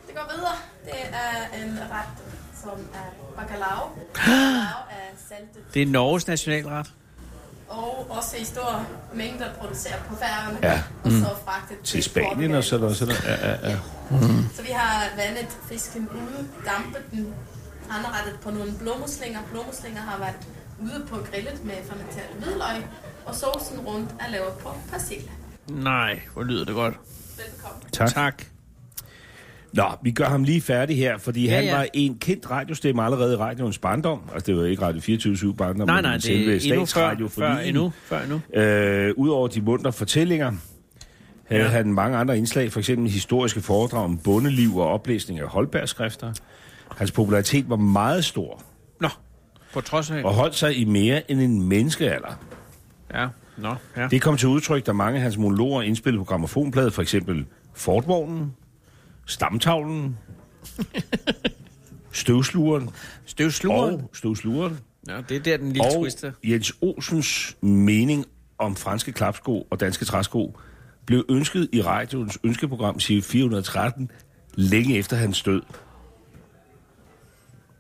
Speaker 7: Det går videre. Det er en ret som er bacalao. Bacalao er saltet
Speaker 2: Det er Norges nationalret.
Speaker 7: og også i store mængder produceret på færgerne.
Speaker 3: Ja. Mm.
Speaker 7: Og så fragtet
Speaker 3: Til Spanien og sådan noget. Sådan noget. Ja, ja, ja.
Speaker 7: Så vi har vandet fisken ude, dampet den, anrettet på nogle blåmuslinger. Blåmuslinger har været ude på grillet med fermenteret hvidløg, og sovsen rundt er lavet på persille.
Speaker 2: Nej, hvor lyder det godt.
Speaker 7: Velkommen.
Speaker 3: Tak.
Speaker 2: Tak.
Speaker 3: Nå, vi gør ham lige færdig her, fordi ja,
Speaker 2: Ja,
Speaker 3: han
Speaker 2: ja.
Speaker 3: var en kendt radiostemme allerede i radioens barndom. Altså, det var ikke Radio 24-7 barndom,
Speaker 2: Nej, nej,
Speaker 3: men
Speaker 2: det er endnu før,
Speaker 3: statsradio
Speaker 2: før endnu. Før endnu.
Speaker 3: Øh, Udover de mundre fortællinger, havde
Speaker 2: Ja.
Speaker 3: ja. han mange andre indslag, for eksempel historiske foredrag om bondeliv og oplæsning af Holbergskrifter. Hans popularitet var meget stor,
Speaker 2: Nå, på trods af.
Speaker 3: og holdt sig i mere end en menneskealder.
Speaker 2: Ja, nå, ja.
Speaker 3: Det kom til udtryk, da mange af hans monologer indspillede på gramofonplade, for eksempel Fortvognen, Stamtavlen, Støvslugeren
Speaker 2: Støvslugeren.
Speaker 3: og Støvslugeren
Speaker 2: Ja, det er der, den lille
Speaker 3: og
Speaker 2: twist er.
Speaker 3: Jens Olsens mening om franske klapsko og danske træsko blev ønsket i radioens ønskeprogram Sige 413 længe efter hans død.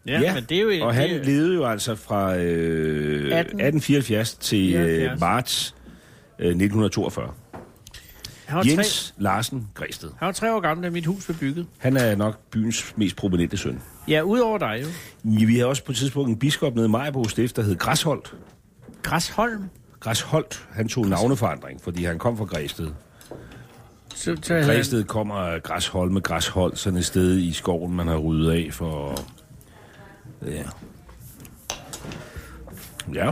Speaker 2: Ja, men det er jo... det
Speaker 3: og han
Speaker 2: er-
Speaker 3: levede jo altså fra øh, 1874 til øh,
Speaker 2: 74.
Speaker 3: marts øh, 1942.
Speaker 2: han, var tre,
Speaker 3: Jens Larsen Græsted.
Speaker 2: han var tre år gammel, da mit hus blev bygget.
Speaker 3: Han er nok byens mest prominente søn.
Speaker 2: Ja, udover dig jo.
Speaker 3: Vi havde også på et tidspunkt en biskop nede i Majbo Stift, der hed Græsholdt.
Speaker 2: Græsholm.
Speaker 3: Græsholdt, han tog navneforandring, fordi han kom fra Græsted.
Speaker 2: Så, så havde han,
Speaker 3: Græsted kommer Græsholme, Græshold, sådan et sted i skoven, man har ryddet af for... Ja. Ja,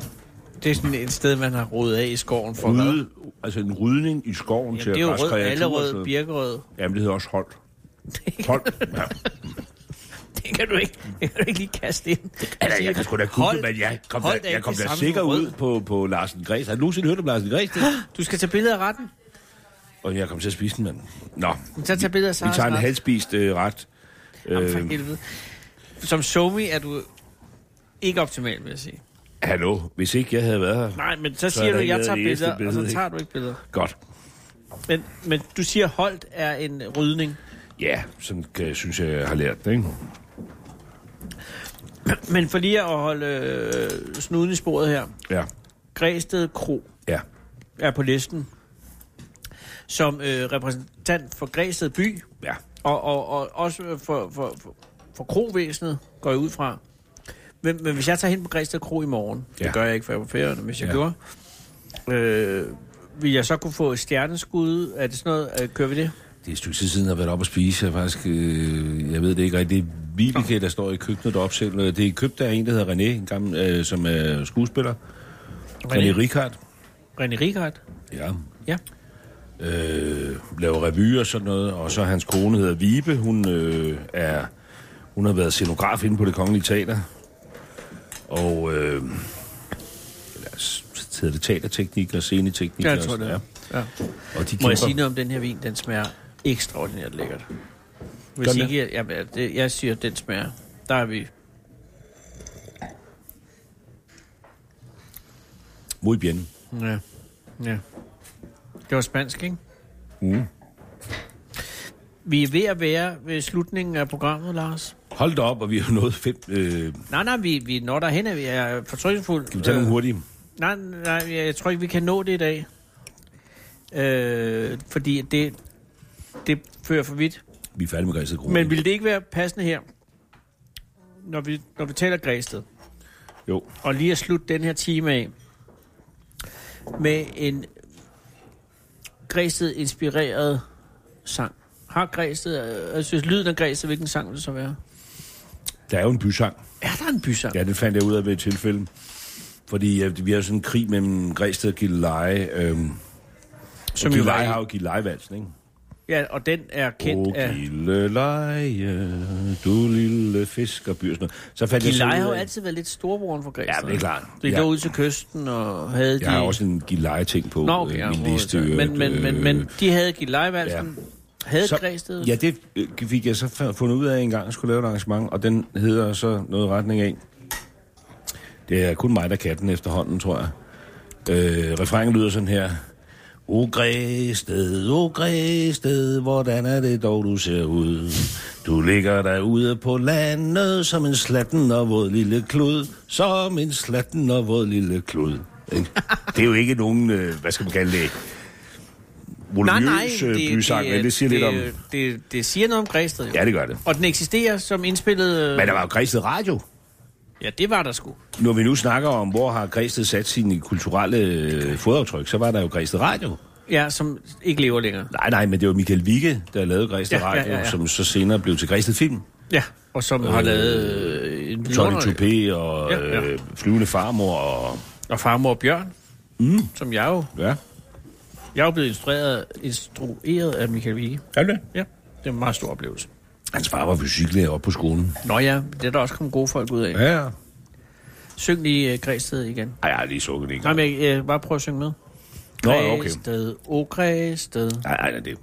Speaker 2: det er sådan et sted, man har rodet af i skoven for hvad?
Speaker 3: rydde, altså en rydning i skoven
Speaker 2: Jamen,
Speaker 3: til
Speaker 2: det er jo
Speaker 3: at græske
Speaker 2: rød,
Speaker 3: kreaturer og sådan
Speaker 2: allerød,
Speaker 3: noget.
Speaker 2: birkerød.
Speaker 3: Jamen, det hedder også Holt. Holt, ja.
Speaker 2: Det kan du ikke, det kan du ikke lige kaste ind.
Speaker 3: Eller, jeg kan sgu da
Speaker 2: Hold-
Speaker 3: google, men jeg kom
Speaker 2: hold Altså,
Speaker 3: da,
Speaker 2: er
Speaker 3: jeg
Speaker 2: ikke
Speaker 3: kom
Speaker 2: det
Speaker 3: da
Speaker 2: samme
Speaker 3: sikker
Speaker 2: som rød.
Speaker 3: ud på, på Larsen Græs. Har du nogensinde hørt om Larsen Græs?
Speaker 2: Du skal tage billeder af retten.
Speaker 3: Og jeg kom til at spise den, mand. Nå,
Speaker 2: Men Så tage billeder af
Speaker 3: vi
Speaker 2: Sarahs
Speaker 3: tager en
Speaker 2: ret.
Speaker 3: halvspist øh, ret.
Speaker 2: Jamen, for
Speaker 3: Øh,
Speaker 2: helvede. Som somi er du ikke optimal, vil jeg sige.
Speaker 3: hallo, hvis ikke jeg havde været her.
Speaker 2: Nej, men så
Speaker 3: Så er
Speaker 2: siger
Speaker 3: der
Speaker 2: du,
Speaker 3: ikke
Speaker 2: jeg
Speaker 3: noget
Speaker 2: tager
Speaker 3: i det eneste
Speaker 2: billeder, billede, og
Speaker 3: billede,
Speaker 2: så
Speaker 3: ikke?
Speaker 2: tager du ikke billeder.
Speaker 3: Godt.
Speaker 2: Men, men du siger, holdt er en rydning.
Speaker 3: Ja, sådan kan, synes jeg, jeg har lært det, ikke?
Speaker 2: Men for lige at holde øh, snuden i sporet her.
Speaker 3: Ja,
Speaker 2: Græsted Kro
Speaker 3: ja.
Speaker 2: er på listen som øh, repræsentant for Græsted By,
Speaker 3: Ja,
Speaker 2: og, og, og også for, for, for, for krovæsenet, går jeg ud fra. Men, men hvis jeg tager hen på Græsted Kro i morgen, ja.
Speaker 3: Ja.
Speaker 2: det gør jeg ikke, for jeg er på ferierne, hvis jeg ja.
Speaker 3: Ja.
Speaker 2: gjorde, øh, vil jeg så kunne få et stjerneskud? Er det sådan noget? Øh, kører vi det?
Speaker 3: det er et stykke tid siden, jeg har været oppe og spise. Jeg, er faktisk, øh, jeg ved det ikke rigtigt. Det er Vibeke, der står i køkkenet deroppe selv. og Det er købt af en, der hedder René, en gammel, øh, som er skuespiller. René, René Ricard.
Speaker 2: René Rigard?
Speaker 3: Ja.
Speaker 2: Ja.
Speaker 3: øh, laver revy og sådan noget. Og så hans kone hedder Vibe. Hun, øh, er, hun har været scenograf inde på det kongelige teater. Og øh, eller, s- så hedder det teaterteknik og sceneteknik.
Speaker 2: Ja, jeg
Speaker 3: og
Speaker 2: tror
Speaker 3: sådan-
Speaker 2: det. Ja.
Speaker 3: Og de
Speaker 2: Må
Speaker 3: kæmper.
Speaker 2: jeg sige noget om den her vin? Den smager ekstraordinært lækkert. Hvis
Speaker 3: Gør den
Speaker 2: ikke, jeg, jeg, jeg, jeg siger, at den smager. Der er vi.
Speaker 3: Muy bien.
Speaker 2: Ja. ja. Det var spansk, ikke?
Speaker 3: Mm.
Speaker 2: Vi er ved at være ved slutningen af programmet, Lars.
Speaker 3: Hold da op, og vi har nået fem... Øh,
Speaker 2: Nej, nej, vi, vi når derhen, at vi er fortrykningsfulde.
Speaker 3: kan vi tage nogle hurtige?
Speaker 2: Nej, nej, jeg, jeg tror ikke, vi kan nå det i dag. Øh, fordi det, det fører for vidt.
Speaker 3: Vi er færdige med Græsted Kro.
Speaker 2: Men ville det ikke være passende her, når vi, når vi taler Græsted?
Speaker 3: Jo.
Speaker 2: og lige at slutte den her time af med en Græsted inspireret sang. Har Græsted, øh, jeg synes, lyden af Græsted, hvilken sang vil det så være?
Speaker 3: Der er jo en bysang.
Speaker 2: Er der en bysang?
Speaker 3: Ja, det fandt jeg ud af ved et tilfælde. Fordi øh, vi har sådan en krig mellem Græsted og Gilleleje. Øhm,
Speaker 2: som jo
Speaker 3: Gilleleje har
Speaker 2: var,
Speaker 3: jo Gilleleje-valsen, ikke?
Speaker 2: ja, og den er kendt
Speaker 3: Åh,
Speaker 2: af...
Speaker 3: Gilleleje, du lille fiskerby og sådan noget. Så fandt jeg
Speaker 2: Gilleleje
Speaker 3: så
Speaker 2: har
Speaker 3: ud
Speaker 2: jo
Speaker 3: af,
Speaker 2: altid været lidt storebroren for Græsted.
Speaker 3: Ja, det er klart.
Speaker 2: De
Speaker 3: Ja.
Speaker 2: lå ud til kysten og havde
Speaker 3: jeg har
Speaker 2: de...
Speaker 3: også en Gilleleje-ting på
Speaker 2: Nå,
Speaker 3: øh,
Speaker 2: okay, ja,
Speaker 3: min liste.
Speaker 2: men,
Speaker 3: øh,
Speaker 2: men, men, men,
Speaker 3: øh,
Speaker 2: men de havde Gillelejevalsen. Ja. Havde
Speaker 3: Så-
Speaker 2: Græsted...
Speaker 3: Ja, det øh, fik jeg så fa- fundet ud af en gang, jeg skulle lave et arrangement, og den hedder så noget i retning af. Det er kun mig, der kan den efterhånden, tror jeg. Øh, refrængen lyder sådan her. O Græsted, o Græsted, hvordan er det dog, du ser ud? Du ligger derude på landet som en slatten og våd lille klud. Som en slatten og våd lille klud. Ikke? Det er jo ikke nogen, øh, hvad skal man kalde det, volumøs øh, bysang, men det siger lidt om...
Speaker 2: det, det, det siger noget om Græsted, jo.
Speaker 3: Ja, det gør det.
Speaker 2: Og den eksisterer som indspillet... øh,
Speaker 3: Men der var jo Græsted Radio.
Speaker 2: Ja, det var der sgu.
Speaker 3: Når vi nu snakker om, hvor har Græsted sat sine kulturelle øh, fodaftryk, så var der jo Græsted Radio.
Speaker 2: Ja, som ikke lever længere.
Speaker 3: Nej, nej, men det var Michael Vigge, der lavede Græsted
Speaker 2: Ja, ja,
Speaker 3: Radio,
Speaker 2: ja, ja.
Speaker 3: som så senere blev til Græsted Film.
Speaker 2: Ja, og som øh, har lavet... Øh, en
Speaker 3: Johnny
Speaker 2: vidunderlig-
Speaker 3: Toupé og
Speaker 2: Ja, ja.
Speaker 3: øh, Flyvende Farmor og...
Speaker 2: Og farmor Bjørn, mm. som jeg jo...
Speaker 3: Ja,
Speaker 2: Jeg er jo blevet instrueret, instrueret af Michael Vigge.
Speaker 3: er det?
Speaker 2: Ja, det er en meget stor oplevelse.
Speaker 3: Hans far var fysiklærer oppe på skolen.
Speaker 2: Nå ja, det er der også kommet gode folk ud af.
Speaker 3: Ja, ja.
Speaker 2: Syng lige uh, Græsted igen.
Speaker 3: Ej, jeg har lige sukket en
Speaker 2: Nej,
Speaker 3: gang.
Speaker 2: men jeg, uh, bare prøv at synge med.
Speaker 3: Nå, okay.
Speaker 2: Græsted, o Græsted.
Speaker 3: Nej, nej, nej, det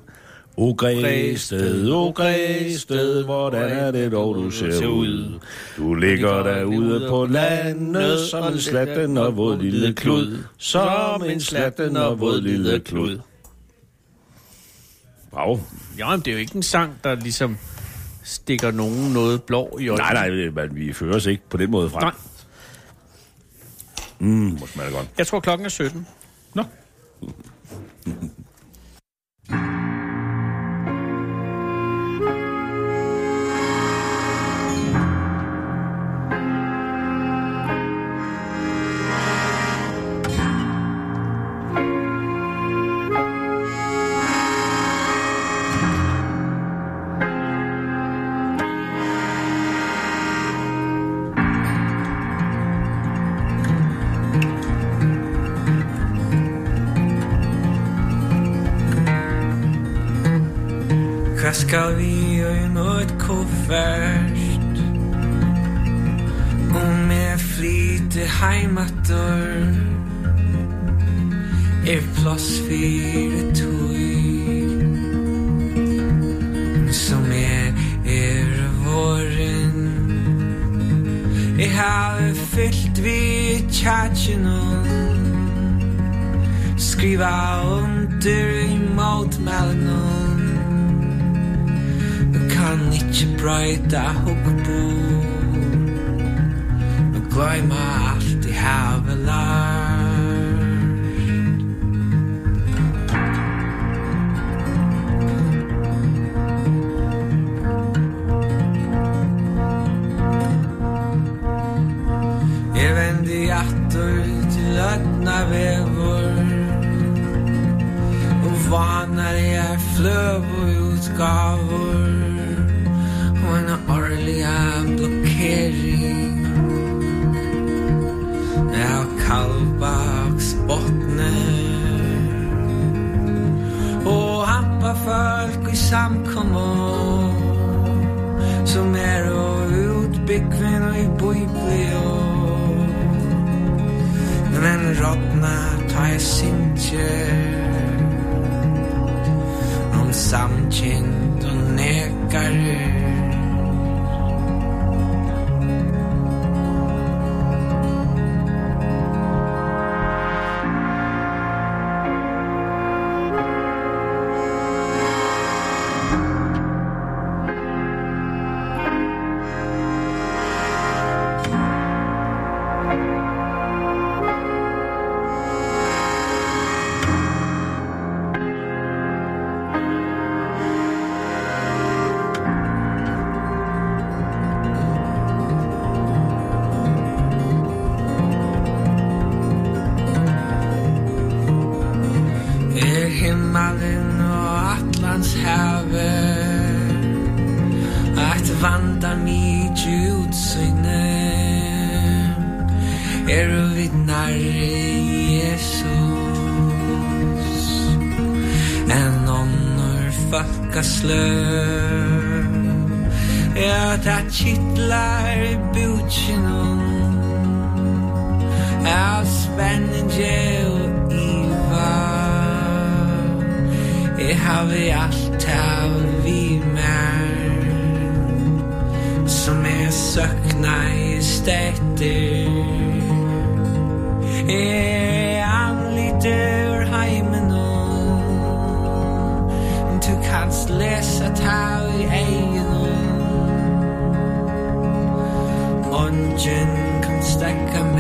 Speaker 3: O Græsted, o Græsted, hvordan er det dog, du ser ud? Du ligger derude på landet som en slatten og våd lille klud. Som en slatten og våd lille klud. Bravo.
Speaker 2: Jo, men det er jo ikke en sang, der ligesom stikker nogen noget blå i øjnene.
Speaker 3: Nej, nej, men vi fører os ikke på den måde frem.
Speaker 2: Nej.
Speaker 3: Mm, hvor smager det godt.
Speaker 2: Jeg tror, klokken er 17.
Speaker 3: Nå.
Speaker 8: Hvad skal vi øjne et ko først? Og med flit til heimator Er plads for tog Som er er våren Jeg har fyllt vi tjatjen Skriva under i motmelden Du kan ikkje brøyta hokbo Du gløyma alt i havet lær Jeg vendi atter til løgna vevor Og vanar jeg fløv og utgaver Og en årlig blokkering Av kalbaks bottner Og hampa folk i samkommer Som er og utbyggvin og i boiblio Men rottna ta jeg sintjer om samkjent og nekare Er himmelen og Atlans have At vanda mykje utsyne Er du vid nærre Jesus En ånder falka slør Ja, det kittlar i butjenon Av spennende og iva Jeg har vi alt av vi mer Som jeg søkna i stetter Jeg anlitter heimen og gin, kom stekka er